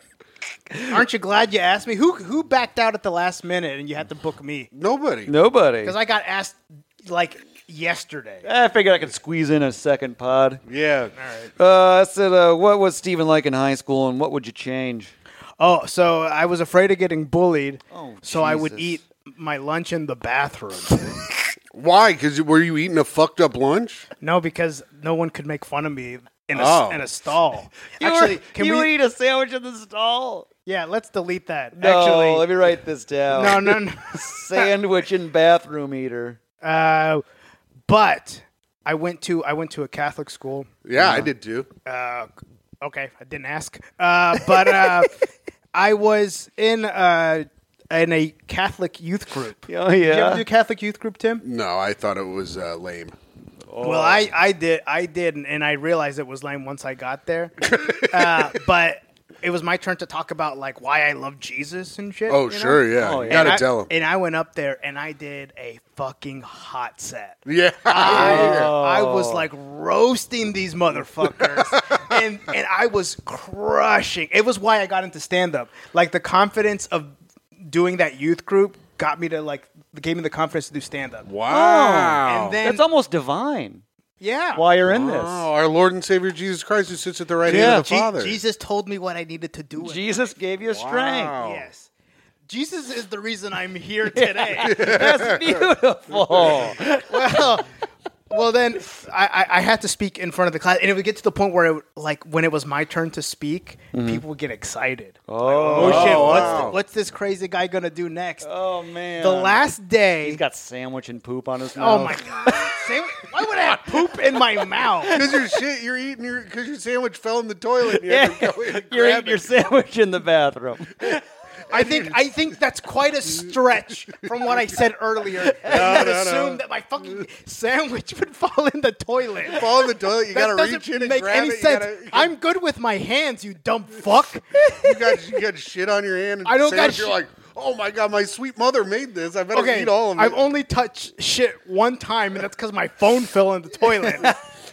Speaker 3: Aren't you glad you asked me? Who who backed out at the last minute and you had to book me?
Speaker 2: Nobody.
Speaker 1: Nobody.
Speaker 3: Because
Speaker 1: I,
Speaker 3: I got asked like yesterday.
Speaker 1: figured I could squeeze in a second pod.
Speaker 2: Yeah.
Speaker 1: Uh, I said, uh, what was Steven like in high school and what would you change?
Speaker 3: Oh, so I was afraid of getting bullied,
Speaker 1: Oh,
Speaker 3: so I would eat
Speaker 1: Jesus.
Speaker 3: my lunch in the bathroom.
Speaker 2: Why? Because were you eating a fucked up lunch?
Speaker 3: no, because no one could make fun of me in a
Speaker 2: Oh.
Speaker 3: in a stall.
Speaker 1: You,
Speaker 3: Actually,
Speaker 1: were-
Speaker 3: can
Speaker 1: you
Speaker 3: we?
Speaker 1: eat a sandwich in the stall?
Speaker 3: Yeah, let's delete that.
Speaker 1: no, let
Speaker 3: Actually,
Speaker 1: me write this down.
Speaker 3: no, no, no.
Speaker 1: Sandwich and bathroom eater.
Speaker 3: Uh, but I went to I went to a Catholic school.
Speaker 2: Yeah,
Speaker 1: Uh-huh.
Speaker 2: I did too.
Speaker 3: Uh, okay, I didn't ask. Uh, but uh, I was in uh, in a Catholic youth group.
Speaker 1: Oh,
Speaker 3: Did you
Speaker 1: yeah.
Speaker 3: ever do Catholic youth group, Tim?
Speaker 2: No, I thought it was uh, lame. Oh.
Speaker 3: Well, I, I did I did, and I realized it was lame once I got there. uh, but it was my turn to talk about like why I love Jesus and shit.
Speaker 2: Oh,
Speaker 3: you know?
Speaker 2: sure, yeah.
Speaker 1: Oh,
Speaker 2: You
Speaker 1: yeah.
Speaker 2: gotta
Speaker 3: and I,
Speaker 2: tell him.
Speaker 3: And I went up there and I did a fucking hot set.
Speaker 2: yeah.
Speaker 1: Oh,
Speaker 3: I was like roasting these motherfuckers, and and I was crushing. It was why I got into stand up. Like the confidence of doing that youth group got me to like gave me the confidence to do stand up.
Speaker 2: wow.
Speaker 3: And then
Speaker 1: That's almost divine.
Speaker 3: yeah,
Speaker 1: Why you're in
Speaker 2: Oh, our Lord and Savior Jesus Christ who sits at the right hand
Speaker 1: Yeah.
Speaker 2: of the
Speaker 1: Je-
Speaker 2: Father.
Speaker 3: Jesus told me what I needed to do.
Speaker 1: this?
Speaker 3: with
Speaker 1: Jesus gave you strength.
Speaker 2: Wow.
Speaker 3: Yes. Jesus is the reason I'm here today.
Speaker 1: That's
Speaker 3: Oh.
Speaker 1: beautiful.
Speaker 3: well, well, then I, I, I had to speak in front of the class, and it would get to the point where, it, would- like, when it was my turn to speak, people would get excited. Oh, shit! What's,
Speaker 2: wow.
Speaker 3: what's this crazy guy gonna do next?
Speaker 1: oh man.
Speaker 3: the last day.
Speaker 1: He's got sandwich and poop on his
Speaker 3: oh
Speaker 1: mouth.
Speaker 3: my god! Sam- why would I have poop in my mouth?
Speaker 2: Because your shit, you're eating your, because your sandwich fell in the toilet. And you had to
Speaker 1: Yeah.
Speaker 2: go in and
Speaker 1: You're
Speaker 2: grab
Speaker 1: eating your
Speaker 2: it.
Speaker 1: sandwich in the bathroom.
Speaker 3: I think I think that's quite a stretch from what I said earlier. No,
Speaker 2: No,
Speaker 3: and
Speaker 2: no, no.
Speaker 3: assume that my fucking sandwich would fall in the toilet.
Speaker 2: fall in the toilet. You
Speaker 3: That
Speaker 2: gotta
Speaker 3: doesn't
Speaker 2: reach in and
Speaker 3: make
Speaker 2: grab
Speaker 3: any
Speaker 2: it.
Speaker 3: sense.
Speaker 2: You, gotta,
Speaker 3: I'm good with my hands, you dumb fuck.
Speaker 2: you got you got shit on your hand. And
Speaker 3: I don't got
Speaker 2: sandwich, You're
Speaker 3: shit.
Speaker 2: like, oh my god, my sweet mother made this. I better
Speaker 3: okay,
Speaker 2: eat all of it.
Speaker 3: I've only touched shit one time, and that's because my phone fell in the toilet,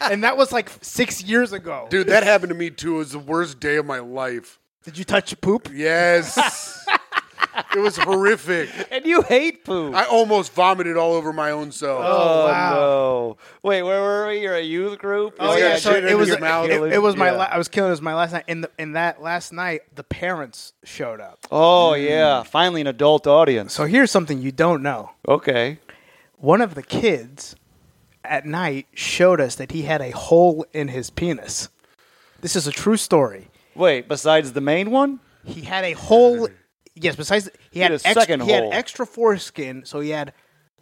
Speaker 3: and that was like six years ago.
Speaker 2: Dude, that happened to me too. It was the worst day of my life.
Speaker 3: Did you touch poop?
Speaker 2: Yes. it was horrific.
Speaker 1: and you hate poop.
Speaker 2: I almost vomited all over my own self.
Speaker 1: oh
Speaker 3: wow.
Speaker 1: no. Wait, where were we? You're a youth group?
Speaker 2: Oh, yeah,
Speaker 3: so
Speaker 2: shit
Speaker 3: it was
Speaker 2: your
Speaker 3: it,
Speaker 2: mouth.
Speaker 3: it- it was my
Speaker 1: Yeah.
Speaker 3: la- I was killing. It was my last night. In the in that last night, the parents showed up.
Speaker 1: Oh yeah. Finally an adult audience.
Speaker 3: So here's something you don't know.
Speaker 1: Okay.
Speaker 3: One of the kids at night showed us that he had a hole in his penis. This is a true story.
Speaker 1: Wait, besides the main one?
Speaker 3: He had a whole. Yes, besides he had,
Speaker 1: had a
Speaker 3: extra,
Speaker 1: second
Speaker 3: He had
Speaker 1: hole.
Speaker 3: extra foreskin, so he had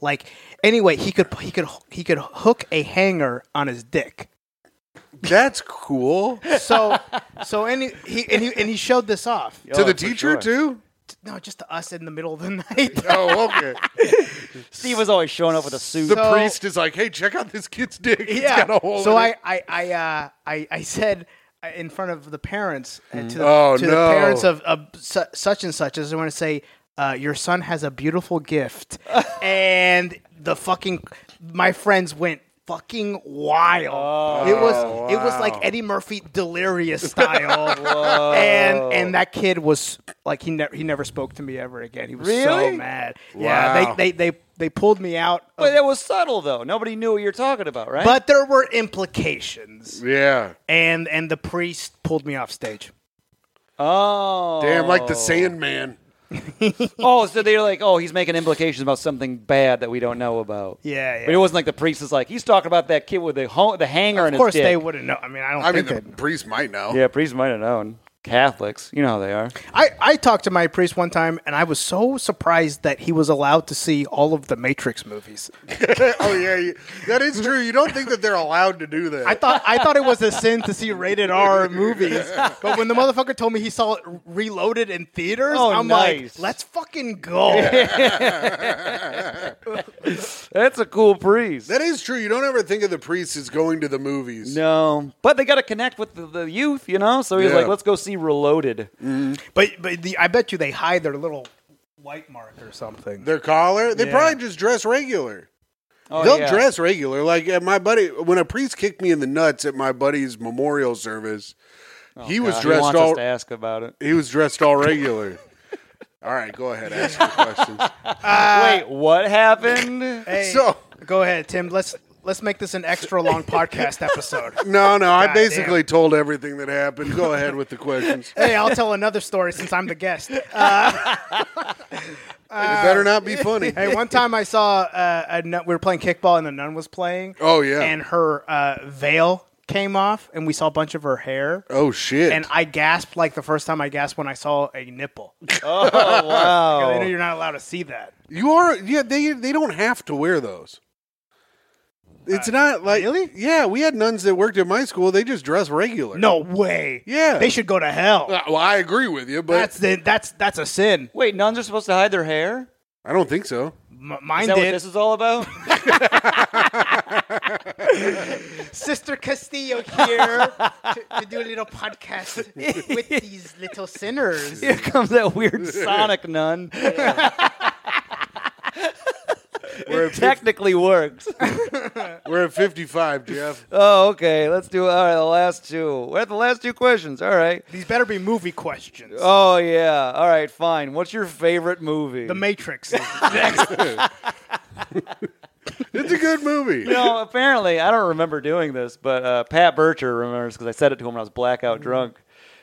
Speaker 3: like anyway. He could he could he could hook a hanger on his dick.
Speaker 2: That's cool.
Speaker 3: So so any he and he and he showed this off.
Speaker 2: to
Speaker 1: for
Speaker 2: the teacher
Speaker 1: sure.
Speaker 2: too?
Speaker 3: No, just to us in the middle of the night.
Speaker 2: Oh, okay.
Speaker 1: Steve was always showing up with a suit.
Speaker 2: The
Speaker 3: So-
Speaker 2: priest is like, "Hey, check out this kid's dick. It's
Speaker 3: yeah.
Speaker 2: got a hole
Speaker 3: so
Speaker 2: in
Speaker 3: I
Speaker 2: it."
Speaker 3: I I, uh, I I said uh, in front of the parents uh, to, the,
Speaker 2: Oh,
Speaker 3: to
Speaker 2: no.
Speaker 3: the parents of, of su- such and such as I want to say uh, your son has a beautiful gift and the fucking my friends went fucking wild.
Speaker 2: Oh,
Speaker 3: it was it was like Eddie Murphy delirious style. and and that kid was like he never he never spoke to me ever again. He was so
Speaker 1: Really?
Speaker 3: mad.
Speaker 2: Wow.
Speaker 3: Yeah, they, they they they pulled me out of
Speaker 1: But that was subtle though. Nobody knew what you were talking about, right?
Speaker 3: but there were implications
Speaker 2: Yeah.
Speaker 3: and and the priest pulled me off stage
Speaker 1: oh
Speaker 2: Damn, like the Sandman.
Speaker 1: Oh, so they're like, oh, he's making implications about something bad that we don't know about.
Speaker 3: Yeah, yeah.
Speaker 1: But it wasn't like the priest is like, he's talking about that kid with the ho- the hanger in
Speaker 3: of
Speaker 1: his
Speaker 3: course
Speaker 1: dick.
Speaker 3: they wouldn't know i mean i don't
Speaker 2: I mean,
Speaker 3: think
Speaker 2: the
Speaker 3: that
Speaker 2: priest might know.
Speaker 1: Yeah, priests might have known. Catholics, you know how they are.
Speaker 3: I, I talked to my priest one time and i was so surprised that he was allowed to see all of the matrix movies
Speaker 2: oh yeah, you- that is true. You don't think that they're allowed to do that?
Speaker 3: i thought i thought it was a sin to see rated r movies but when the motherfucker told me he saw it reloaded in theaters
Speaker 1: Oh,
Speaker 3: i'm
Speaker 1: nice.
Speaker 3: like let's fucking go
Speaker 1: That's a cool priest.
Speaker 2: that is true. You don't ever think of the priest as going to the movies.
Speaker 1: no, but they got to connect with the, the youth, you know. So he's
Speaker 2: Yeah. Mm.
Speaker 1: like, let's go see Reloaded.
Speaker 3: but but the, i bet you they hide their little white mark or something
Speaker 2: Their collar, they
Speaker 3: Yeah.
Speaker 2: probably just dress regular.
Speaker 1: Oh,
Speaker 2: They'll
Speaker 1: yeah.
Speaker 2: dress regular. Like at my buddy, when a priest kicked me in the nuts at my buddy's memorial service, he was
Speaker 1: Oh, God, Uh, he
Speaker 2: dressed
Speaker 1: wants
Speaker 2: all.
Speaker 1: us to ask about it.
Speaker 2: he was dressed all regular. all right, go ahead, ask your questions. Uh,
Speaker 1: Wait, what happened?
Speaker 3: Hey,
Speaker 2: So-
Speaker 3: go ahead, Tim. Let's let's make this an extra long podcast episode.
Speaker 2: No, no, I
Speaker 3: God
Speaker 2: basically told everything that happened. Go ahead with the questions.
Speaker 3: Hey, I'll tell another story since I'm the guest. Uh,
Speaker 2: it better not be funny.
Speaker 3: hey, one time I saw uh, a nun, we were playing kickball and a nun was playing.
Speaker 2: Oh, yeah.
Speaker 3: and her uh, veil came off, and we saw a bunch of her hair.
Speaker 2: oh shit!
Speaker 3: And I gasped like the first time I gasped when I saw a nipple.
Speaker 1: oh wow!
Speaker 2: Oh.
Speaker 3: I know you're not allowed to see that.
Speaker 2: You are yeah, they they don't have to wear those. It's not like
Speaker 3: Uh, really?
Speaker 2: Yeah, we had nuns that worked at my school. They just dress regular.
Speaker 3: No way.
Speaker 2: Yeah.
Speaker 3: they should go to hell.
Speaker 2: Uh, well, I agree with you, but
Speaker 3: that's the, that's that's a sin.
Speaker 1: Wait, nuns are supposed to hide their hair?
Speaker 2: I don't think so.
Speaker 3: M- mine
Speaker 1: Is that what
Speaker 3: did.
Speaker 1: this is all about?
Speaker 4: Sister Castillo here to, to do a little podcast with these little sinners.
Speaker 1: Here comes that weird Sonic nun.
Speaker 2: We're at, fif-
Speaker 1: Technically works.
Speaker 2: we're at 55, Jeff.
Speaker 1: Oh, okay. Let's do all right. The last two. We're at the last two questions. All right.
Speaker 3: These better be movie questions.
Speaker 1: Oh yeah. All right. Fine. What's your favorite movie?
Speaker 3: The Matrix.
Speaker 2: It's a good movie.
Speaker 1: you know, apparently, I don't remember doing this, but uh, Pat Bircher remembers because I said it to him when I was blackout drunk.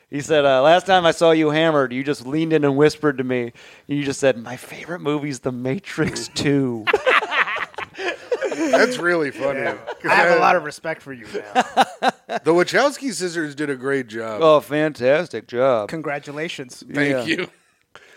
Speaker 1: He said, uh, "Last time I saw you hammered, you just leaned in and whispered to me. And you just said my favorite movie's The Matrix 2.
Speaker 2: That's really funny.
Speaker 3: I have a lot of respect for you now.
Speaker 2: The Wachowski sisters did a great job.
Speaker 1: oh, fantastic job!
Speaker 3: Congratulations.
Speaker 2: Thank
Speaker 1: yeah.
Speaker 2: you.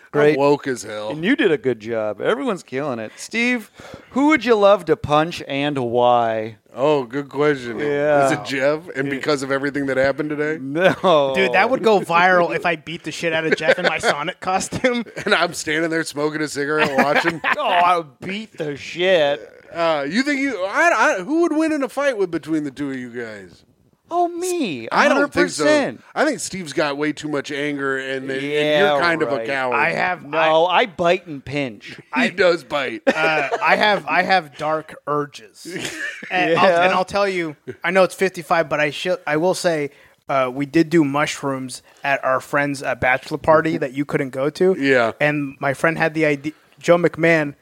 Speaker 1: Great.
Speaker 2: I'm woke as hell.
Speaker 1: And you did a good job. Everyone's killing it. Steve, who would you love to punch and why?
Speaker 2: Oh, good question.
Speaker 1: Yeah.
Speaker 2: Is it Jeff? And because of everything that happened today?
Speaker 1: No,
Speaker 3: Dude, that would go viral if I beat the shit out of Jeff in my Sonic costume.
Speaker 2: And I'm standing there smoking a cigarette watching.
Speaker 1: Oh, I would beat the shit.
Speaker 2: Uh, you think you? I, I, who would win in a fight with between the two of you guys?
Speaker 1: Oh, me. 100%.
Speaker 2: I don't think so. I think Steve's got way too much anger, and, and
Speaker 1: Yeah,
Speaker 2: you're kind of a
Speaker 1: right.
Speaker 2: coward.
Speaker 3: I have
Speaker 1: No, I bite and pinch.
Speaker 2: he does bite.
Speaker 3: uh, I have I have dark urges, and, I'll, and I'll tell you. I know it's fifty five, but I should I will say uh, we did do mushrooms at our friend's uh, bachelor party that you couldn't go to.
Speaker 2: Yeah.
Speaker 3: and my friend had the idea. Joe McMahon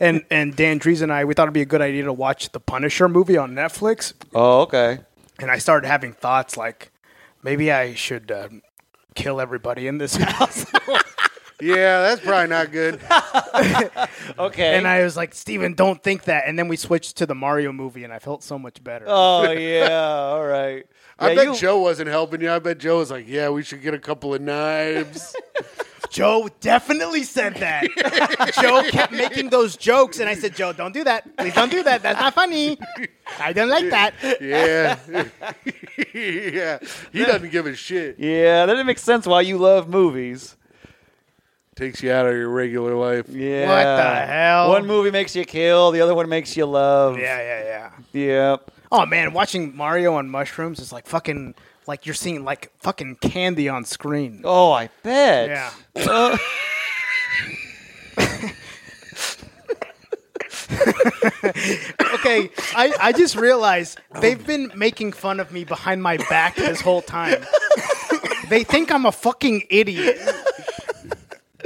Speaker 3: and and Dan Dries and I we thought it'd be a good idea to watch the Punisher movie on Netflix,
Speaker 1: Oh, okay.
Speaker 3: and I started having thoughts like maybe I should. Uh, Kill everybody in this house,
Speaker 2: yeah, that's probably not good.
Speaker 1: Okay.
Speaker 3: and I was like, "Steven, don't think that." And then we switched to the Mario movie, and I felt so much better.
Speaker 1: oh yeah. All right.
Speaker 2: I
Speaker 1: Yeah,
Speaker 2: bet
Speaker 1: you-
Speaker 2: Joe wasn't helping you. I bet Joe was like, "Yeah, we should get a couple of knives."
Speaker 3: Joe definitely said that. Joe kept making those jokes, and I said, Joe, don't do that. Please don't do that. That's not funny. I don't like that.
Speaker 2: yeah, yeah. He doesn't give a shit.
Speaker 1: Yeah, that didn't make sense. Why you love movies?
Speaker 2: Takes you out of your regular life.
Speaker 1: Yeah.
Speaker 3: the hell?
Speaker 1: One movie makes you kill. The other one makes you love.
Speaker 3: Yeah, yeah, yeah.
Speaker 1: Yep.
Speaker 3: Oh, man, watching Mario on mushrooms is like fucking, like you're seeing like fucking candy on screen.
Speaker 1: Oh, I bet.
Speaker 3: Yeah. okay, I, I just realized they've been making fun of me behind my back this whole time. they think I'm a fucking idiot.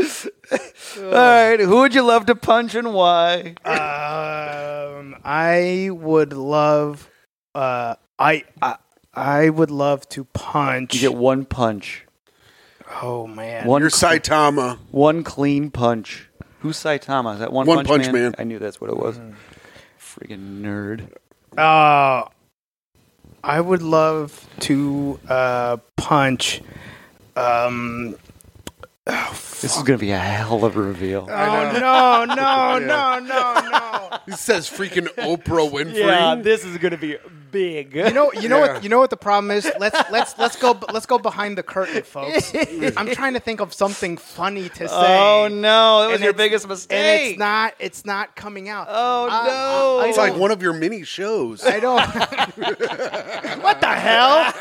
Speaker 1: All right. Who would you love to punch and why?
Speaker 3: Um, I would love. Uh, I, I I would love to punch.
Speaker 1: You get one punch.
Speaker 3: Oh man,
Speaker 1: One.
Speaker 2: You're Saitama.
Speaker 1: One clean punch. Who's Saitama? Is that one,
Speaker 2: One Punch Man.
Speaker 1: I knew that's what it was. Freaking nerd.
Speaker 3: Uh, I would love to uh, punch. Um,
Speaker 1: This is gonna be a hell of a reveal.
Speaker 3: oh no, no,
Speaker 2: Yeah.
Speaker 3: no, no, no.
Speaker 2: He says freaking Oprah Winfrey.
Speaker 1: this is gonna be big.
Speaker 3: You know, you know
Speaker 2: Yeah.
Speaker 3: what? You know what the problem is. Let's let's let's go let's go behind the curtain, folks. I'm trying to think of something funny to say.
Speaker 1: Oh no! That was
Speaker 3: And
Speaker 1: your
Speaker 3: it's-
Speaker 1: biggest mistake.
Speaker 3: and it's not it's not coming out.
Speaker 1: Oh
Speaker 3: I-
Speaker 1: no!
Speaker 2: It's like one of your mini shows.
Speaker 3: I don't. what the hell?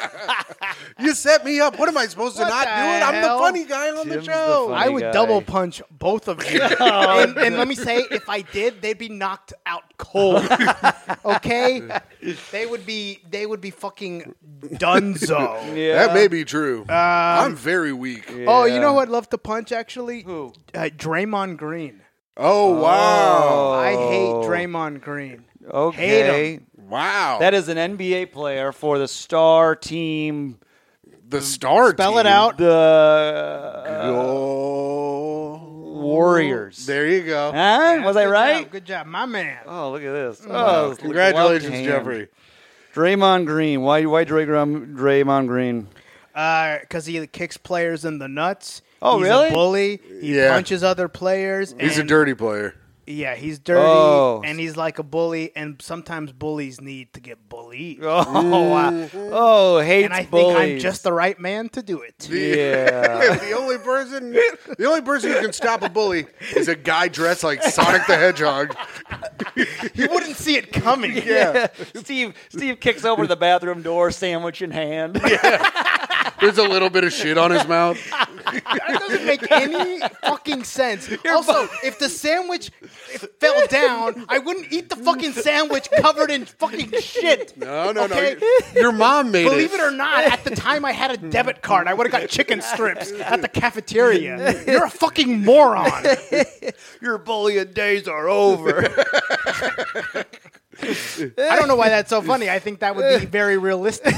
Speaker 2: You set me up. What am I supposed to
Speaker 3: What
Speaker 2: not
Speaker 3: the
Speaker 2: do it? I'm the
Speaker 3: hell?
Speaker 2: funny guy on the
Speaker 1: Jim's the
Speaker 2: show.
Speaker 1: funny-
Speaker 3: I would
Speaker 1: guy. Oh,
Speaker 3: double punch both of you. and, and let me say, if I did, they'd be knocked out cold. okay, they would be they would be fucking dunzo.
Speaker 1: Yeah.
Speaker 2: That may be true. I'm very weak.
Speaker 3: Oh,
Speaker 1: Yeah.
Speaker 3: you know who I'd love to punch actually?
Speaker 1: Who?
Speaker 3: Uh, Draymond Green.
Speaker 2: Oh, wow.
Speaker 3: I hate
Speaker 1: Oh.
Speaker 3: Draymond Green. Hate
Speaker 1: Okay.
Speaker 2: Wow.
Speaker 1: That is an NBA player for the star team.
Speaker 2: the star
Speaker 3: Spell
Speaker 2: team.
Speaker 3: it out.
Speaker 1: The uh,
Speaker 2: Go-
Speaker 1: Warriors.
Speaker 2: There you go.
Speaker 1: Huh? Was I
Speaker 3: Good
Speaker 1: right?
Speaker 3: job, good job, my man.
Speaker 1: Oh, look at this. Oh, look at
Speaker 2: Congratulations,
Speaker 1: left hand.
Speaker 2: Jeffrey.
Speaker 1: Draymond Green. Why? Why Draymond, Draymond Green?
Speaker 3: because Uh, he kicks players in the nuts.
Speaker 1: Oh,
Speaker 3: He's
Speaker 1: really?
Speaker 3: A bully. He
Speaker 2: Yeah.
Speaker 3: punches other players.
Speaker 2: He's a
Speaker 3: and
Speaker 2: dirty player.
Speaker 3: Yeah, he's dirty
Speaker 1: Oh.
Speaker 3: and he's like a bully, and sometimes bullies need to get bullied.
Speaker 1: Oh, wow. oh, hates
Speaker 3: and I
Speaker 1: bullies.
Speaker 3: think I'm just the right man to do it.
Speaker 1: yeah.
Speaker 2: the only person, the only person who can stop a bully is a guy dressed like Sonic the Hedgehog.
Speaker 3: You wouldn't see it coming.
Speaker 1: yeah. Steve Steve kicks over the bathroom door, sandwich in hand.
Speaker 2: There's a little bit of shit on his mouth.
Speaker 3: That doesn't make any fucking sense. also, if the sandwich fell down, I wouldn't eat the fucking sandwich covered in fucking shit.
Speaker 2: No, no,
Speaker 3: Okay.
Speaker 2: no. Your- Your mom made
Speaker 3: Believe it or not, at the time I had a debit card. I would have got chicken strips at the cafeteria. You're a fucking moron.
Speaker 1: Your bullying days are over.
Speaker 3: I don't know why that's so funny. I think that would be very realistic.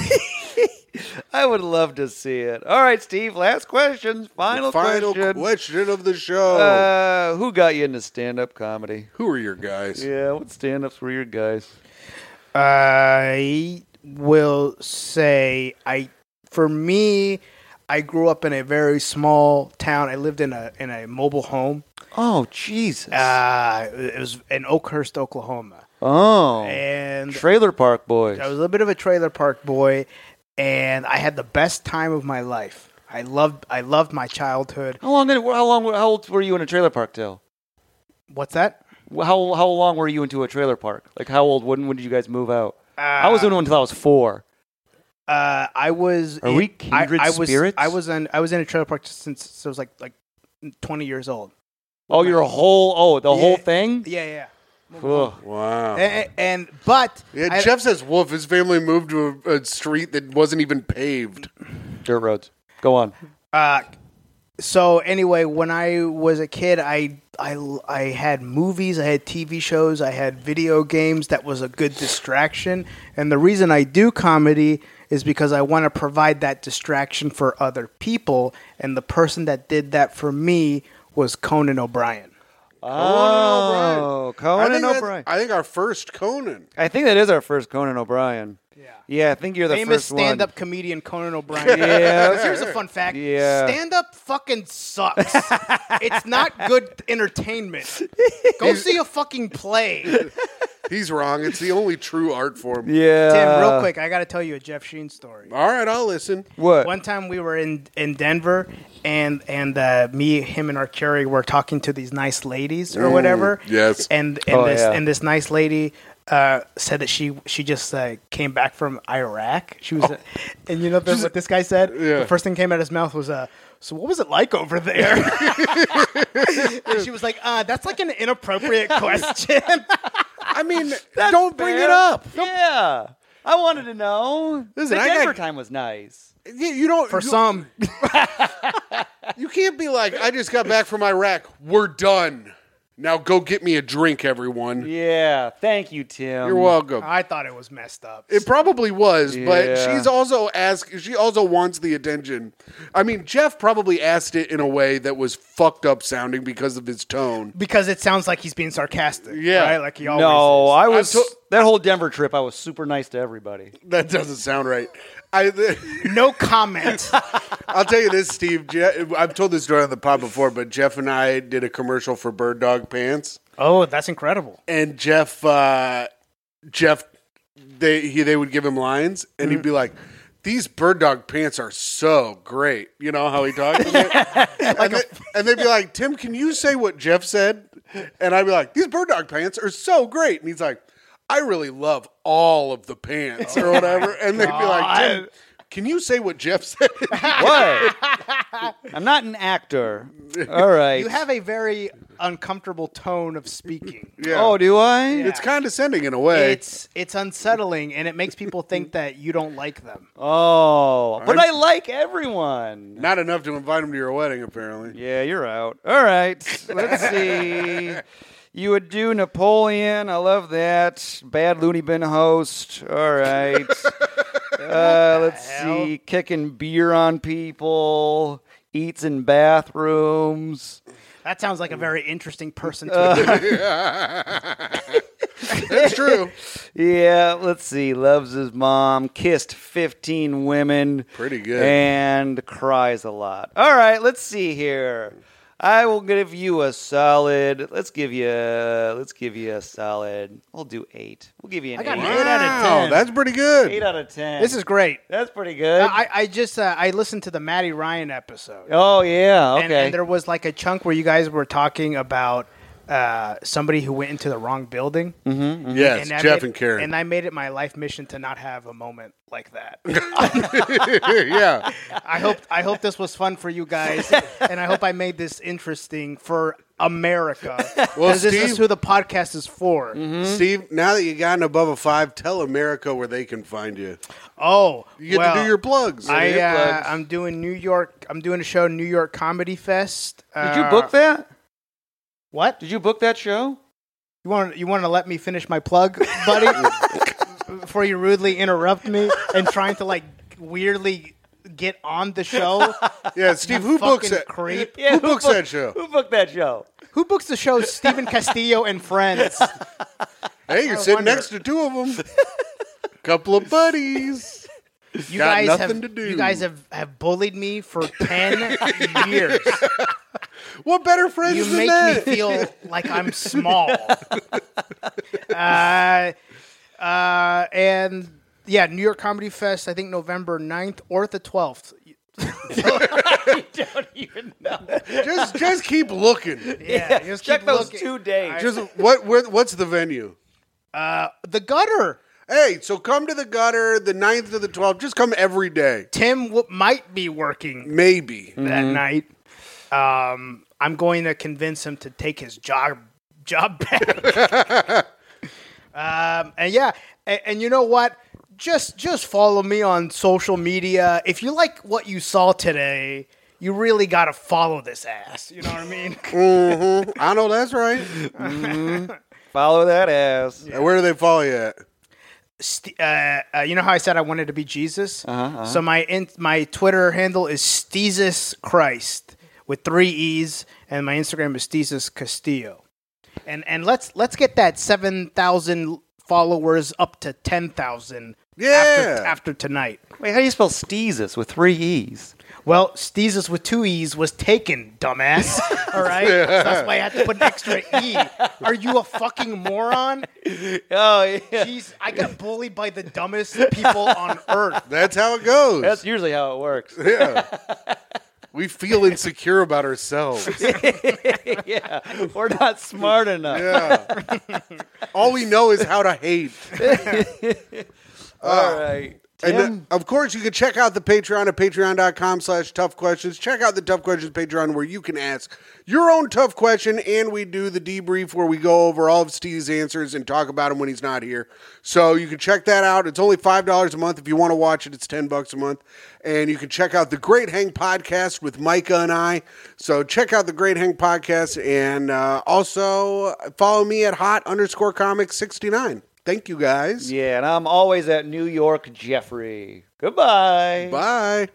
Speaker 1: I would love to see it. All right, Steve, last question. Final,
Speaker 2: Final question.
Speaker 1: question.
Speaker 2: of the show.
Speaker 1: Uh, who got you into stand up comedy?
Speaker 2: who are your guys?
Speaker 1: Yeah, what stand ups were your guys?
Speaker 3: I will say I for me I grew up in a very small town. I lived in a in a mobile home.
Speaker 1: Oh, Jesus.
Speaker 3: Uh it was in Oakhurst, Oklahoma.
Speaker 1: oh.
Speaker 3: And
Speaker 1: Trailer Park Boys.
Speaker 3: I was a little bit of a trailer park boy and I had the best time of my life. I loved I loved my childhood.
Speaker 1: how long did, how long how old were you in a trailer park till?
Speaker 3: What's that?
Speaker 1: How how long were you into a trailer park? Like how old when when did you guys move out? I was in one until I was 4.
Speaker 3: Uh, I was.
Speaker 1: Are
Speaker 3: in-
Speaker 1: we kindred
Speaker 3: I, I was,
Speaker 1: spirits?
Speaker 3: I was in. I was in a trailer park since I was like like twenty years old.
Speaker 1: Oh, your whole oh, the whole
Speaker 3: Yeah.
Speaker 1: thing?
Speaker 3: Yeah, yeah.
Speaker 1: Ugh.
Speaker 2: Wow.
Speaker 3: And, and but
Speaker 2: yeah,
Speaker 3: I-
Speaker 2: Jeff says Wolf. His family moved to a, a street that wasn't even paved.
Speaker 1: Dirt roads. Go on.
Speaker 3: Uh, so anyway, when I was a kid, I, I I had movies, I had TV shows, I had video games. That was a good distraction. And the reason I do comedy is because I want to provide that distraction for other people. And the person that did that for me was Conan O'Brien.
Speaker 1: Oh,
Speaker 2: I
Speaker 1: Conan
Speaker 2: think that's-
Speaker 1: O'Brien.
Speaker 2: I think our first Conan.
Speaker 1: I think that is our first Conan O'Brien. Yeah. Yeah, I think you're the
Speaker 3: Famous
Speaker 1: first one.
Speaker 3: stand-up comedian Conan O'Brien.
Speaker 1: Yeah.
Speaker 3: Here's a fun fact.
Speaker 1: Yeah.
Speaker 3: Stand-up fucking sucks. it's not good entertainment. Go see a fucking play.
Speaker 1: Uh,
Speaker 2: He's wrong. It's the only true art form.
Speaker 1: Yeah.
Speaker 3: Tim, real quick, I got to tell you a Jeff Sheen story.
Speaker 2: All right, I'll listen.
Speaker 1: What?
Speaker 3: One time we were in, in Denver, and and uh, me, him, and our Arcuri were talking to these nice ladies or whatever.
Speaker 2: yes.
Speaker 3: And and
Speaker 1: Mm, Oh,
Speaker 3: this
Speaker 1: yeah.
Speaker 3: and this nice lady uh, said that she she just uh, came back from Iraq. She was, uh, and you know the, what this guy said.
Speaker 2: Oh. Yeah.
Speaker 3: The first thing came out of his mouth was, uh, "So what was it like over there?" and she was like, uh, "That's like an inappropriate question."
Speaker 2: I mean, don't bring it
Speaker 1: Fair.
Speaker 2: up.
Speaker 1: Yeah. I wanted to know.
Speaker 2: Listen,
Speaker 1: the
Speaker 2: I got-
Speaker 1: Denver time was nice.
Speaker 2: You, you don't.
Speaker 3: For
Speaker 2: you,
Speaker 3: some,
Speaker 2: you can't be like, I just got back from Iraq. We're done. Now go get me a drink, everyone.
Speaker 1: Yeah. Thank you, Tim.
Speaker 2: You're welcome.
Speaker 3: I thought it was messed up.
Speaker 2: It probably was, but
Speaker 1: Yeah.
Speaker 2: she's also ask. She also wants the attention. I mean, Jeff probably asked it in a way that was fucked up sounding because of his tone.
Speaker 3: because it sounds like he's being sarcastic.
Speaker 2: Yeah.
Speaker 3: right? like he always.
Speaker 1: No,
Speaker 3: is.
Speaker 1: I was
Speaker 2: to-
Speaker 1: that whole Denver trip. I was super nice to everybody.
Speaker 2: That doesn't sound right. I,
Speaker 3: no comment.
Speaker 2: I'll tell you this, Steve. Jeff, I've told this story on the pod before, but Jeff and I did a commercial for Bird Dog Pants,
Speaker 3: oh, that's incredible.
Speaker 2: and Jeff, uh, Jeff, they he, they would give him lines, and
Speaker 3: Mm-hmm.
Speaker 2: he'd be like. These bird dog pants are so great. You know how he talks? and, they, and they'd be like, Tim, can you say what Jeff said? And I'd be like, these bird dog pants are so great. And he's like, I really love all of the pants
Speaker 3: Oh
Speaker 2: or whatever. And they'd be like, Tim, can you say what Jeff said?
Speaker 3: Oh,
Speaker 1: What? I'm not an actor. All right.
Speaker 3: You have a very uncomfortable tone of speaking.
Speaker 2: Yeah.
Speaker 1: Oh, do I?
Speaker 2: It's condescending in a way.
Speaker 3: It's it's unsettling and it makes people think that you don't like them.
Speaker 1: Oh, but I like everyone.
Speaker 2: not enough to invite him to your wedding, apparently.
Speaker 1: Yeah, you're out. All right. Let's see. You would do Napoleon. I love that. Bad Looney Bin host. All right. Uh, let's see. Kicking beer on people. Eats in bathrooms.
Speaker 3: That sounds like a very interesting person
Speaker 2: Uh.
Speaker 3: to be.
Speaker 2: That's true.
Speaker 1: Yeah, let's see. Loves his mom, kissed 15 women.
Speaker 2: Pretty good.
Speaker 1: And cries a lot. All right, let's see here. I will give you a solid. Let's give you. Let's give you a solid. We'll do eight. We'll give you an
Speaker 3: got
Speaker 1: eight.
Speaker 3: an Eight out of
Speaker 2: Wow,
Speaker 3: ten.
Speaker 2: that's pretty
Speaker 1: Eight
Speaker 2: good.
Speaker 1: out of ten.
Speaker 3: This is great.
Speaker 1: that's pretty good.
Speaker 3: I, I just uh, I listened to the Matty Ryan episode,
Speaker 1: oh yeah. Okay.
Speaker 3: and, and there was like a chunk where you guys were talking about uh, somebody who went into the wrong building.
Speaker 2: Yes,
Speaker 3: I
Speaker 2: Mm-hmm. Jeff
Speaker 3: made-
Speaker 2: and Karen.
Speaker 3: And I made it my life mission to not have a moment like that.
Speaker 2: yeah,
Speaker 3: I hope I hope this was fun for you guys, and I hope I made this interesting for America.
Speaker 2: Well,
Speaker 3: 'Cause this
Speaker 2: Steve- Mm-hmm.
Speaker 3: is who the podcast is for.
Speaker 2: Steve. Now that you've gotten above a five, tell America where they can find you.
Speaker 3: Oh,
Speaker 2: You get
Speaker 3: well,
Speaker 2: to do your plugs.
Speaker 3: I
Speaker 1: your
Speaker 3: uh,
Speaker 1: plugs.
Speaker 3: I'm doing New York. I'm doing a show, New York Comedy Fest.
Speaker 1: Did you book that?
Speaker 3: uh, What
Speaker 1: Did you book that show?
Speaker 3: you want? You want to let me finish my plug, buddy, before you rudely interrupt me and trying to like weirdly get on the show?
Speaker 2: yeah, Steve. Who books
Speaker 3: fucking
Speaker 2: that?
Speaker 3: creep.
Speaker 1: Yeah,
Speaker 2: who books
Speaker 1: booked-
Speaker 2: that show?
Speaker 1: Who booked that show?
Speaker 3: Who books the show? Stephen Castillo and friends.
Speaker 2: Hey, you're sitting
Speaker 3: wonder.
Speaker 2: next to two of them. Couple of buddies.
Speaker 3: You
Speaker 2: Got
Speaker 3: guys
Speaker 2: nothing
Speaker 3: have,
Speaker 2: to do.
Speaker 3: You guys have, have bullied me for ten years.
Speaker 2: What better friends
Speaker 3: You
Speaker 2: than
Speaker 3: make
Speaker 2: that?
Speaker 3: me feel like I'm small. uh, uh, and yeah, New York Comedy Fest. I think November 9th or the twelfth.
Speaker 1: Don't even know.
Speaker 2: just, just keep looking.
Speaker 3: Yeah, just
Speaker 1: Check
Speaker 3: keep
Speaker 1: those
Speaker 3: looking.
Speaker 1: two days.
Speaker 2: Just what? Where, what's the venue?
Speaker 3: The gutter.
Speaker 2: Hey, so come to the gutter the 9th to the 12th. Just come every day.
Speaker 3: Tim w- might be working
Speaker 2: Maybe.
Speaker 3: that night. Um, I'm going to convince him to take his job job back. um, and yeah, and, and you know what? Just just follow me on social media. If you like what you saw today, you really got to follow this ass. You know what I mean?
Speaker 2: hmm I know that's right.
Speaker 1: Follow that ass.
Speaker 2: And Where do they follow you at?
Speaker 3: St- uh, uh, you know how I said I wanted to be Jesus? So my in- my Twitter handle is Steezus Christ with three E's, and my Instagram is Steezus Castillo. And and let's let's get that seven thousand followers up to ten thousand.
Speaker 2: Yeah.
Speaker 3: After, after tonight,
Speaker 1: Wait, how do you spell steezus with three e's?
Speaker 3: well, Steezus with two E's was taken, dumbass. All right, so that's why I had to put an extra E. Are you a fucking moron?
Speaker 1: Oh yeah.
Speaker 3: Jeez, I got bullied by the dumbest people on earth.
Speaker 2: That's how it goes.
Speaker 1: That's usually how it works.
Speaker 2: yeah. We feel insecure about ourselves.
Speaker 1: yeah, we're not smart enough.
Speaker 2: Yeah. All we know is how to hate.
Speaker 1: All right.
Speaker 2: Ah. And
Speaker 1: Tim?
Speaker 2: uh, of course, you can check out the Patreon at patreon.com slash tough questions. Check out the Tough Questions Patreon where you can ask your own tough question, and we do the debrief where we go over all of Steve's answers and talk about him when he's not here. So you can check that out. It's only $5 a month. If you want to watch it, it's 10 bucks a month. And you can check out the Great Hang podcast with Micah and I. So check out the Great Hang podcast and uh, also follow me at hot underscore comic 69. Thank you guys.
Speaker 1: yeah, and I'm always at New York Jeffrey. Goodbye.
Speaker 2: Bye.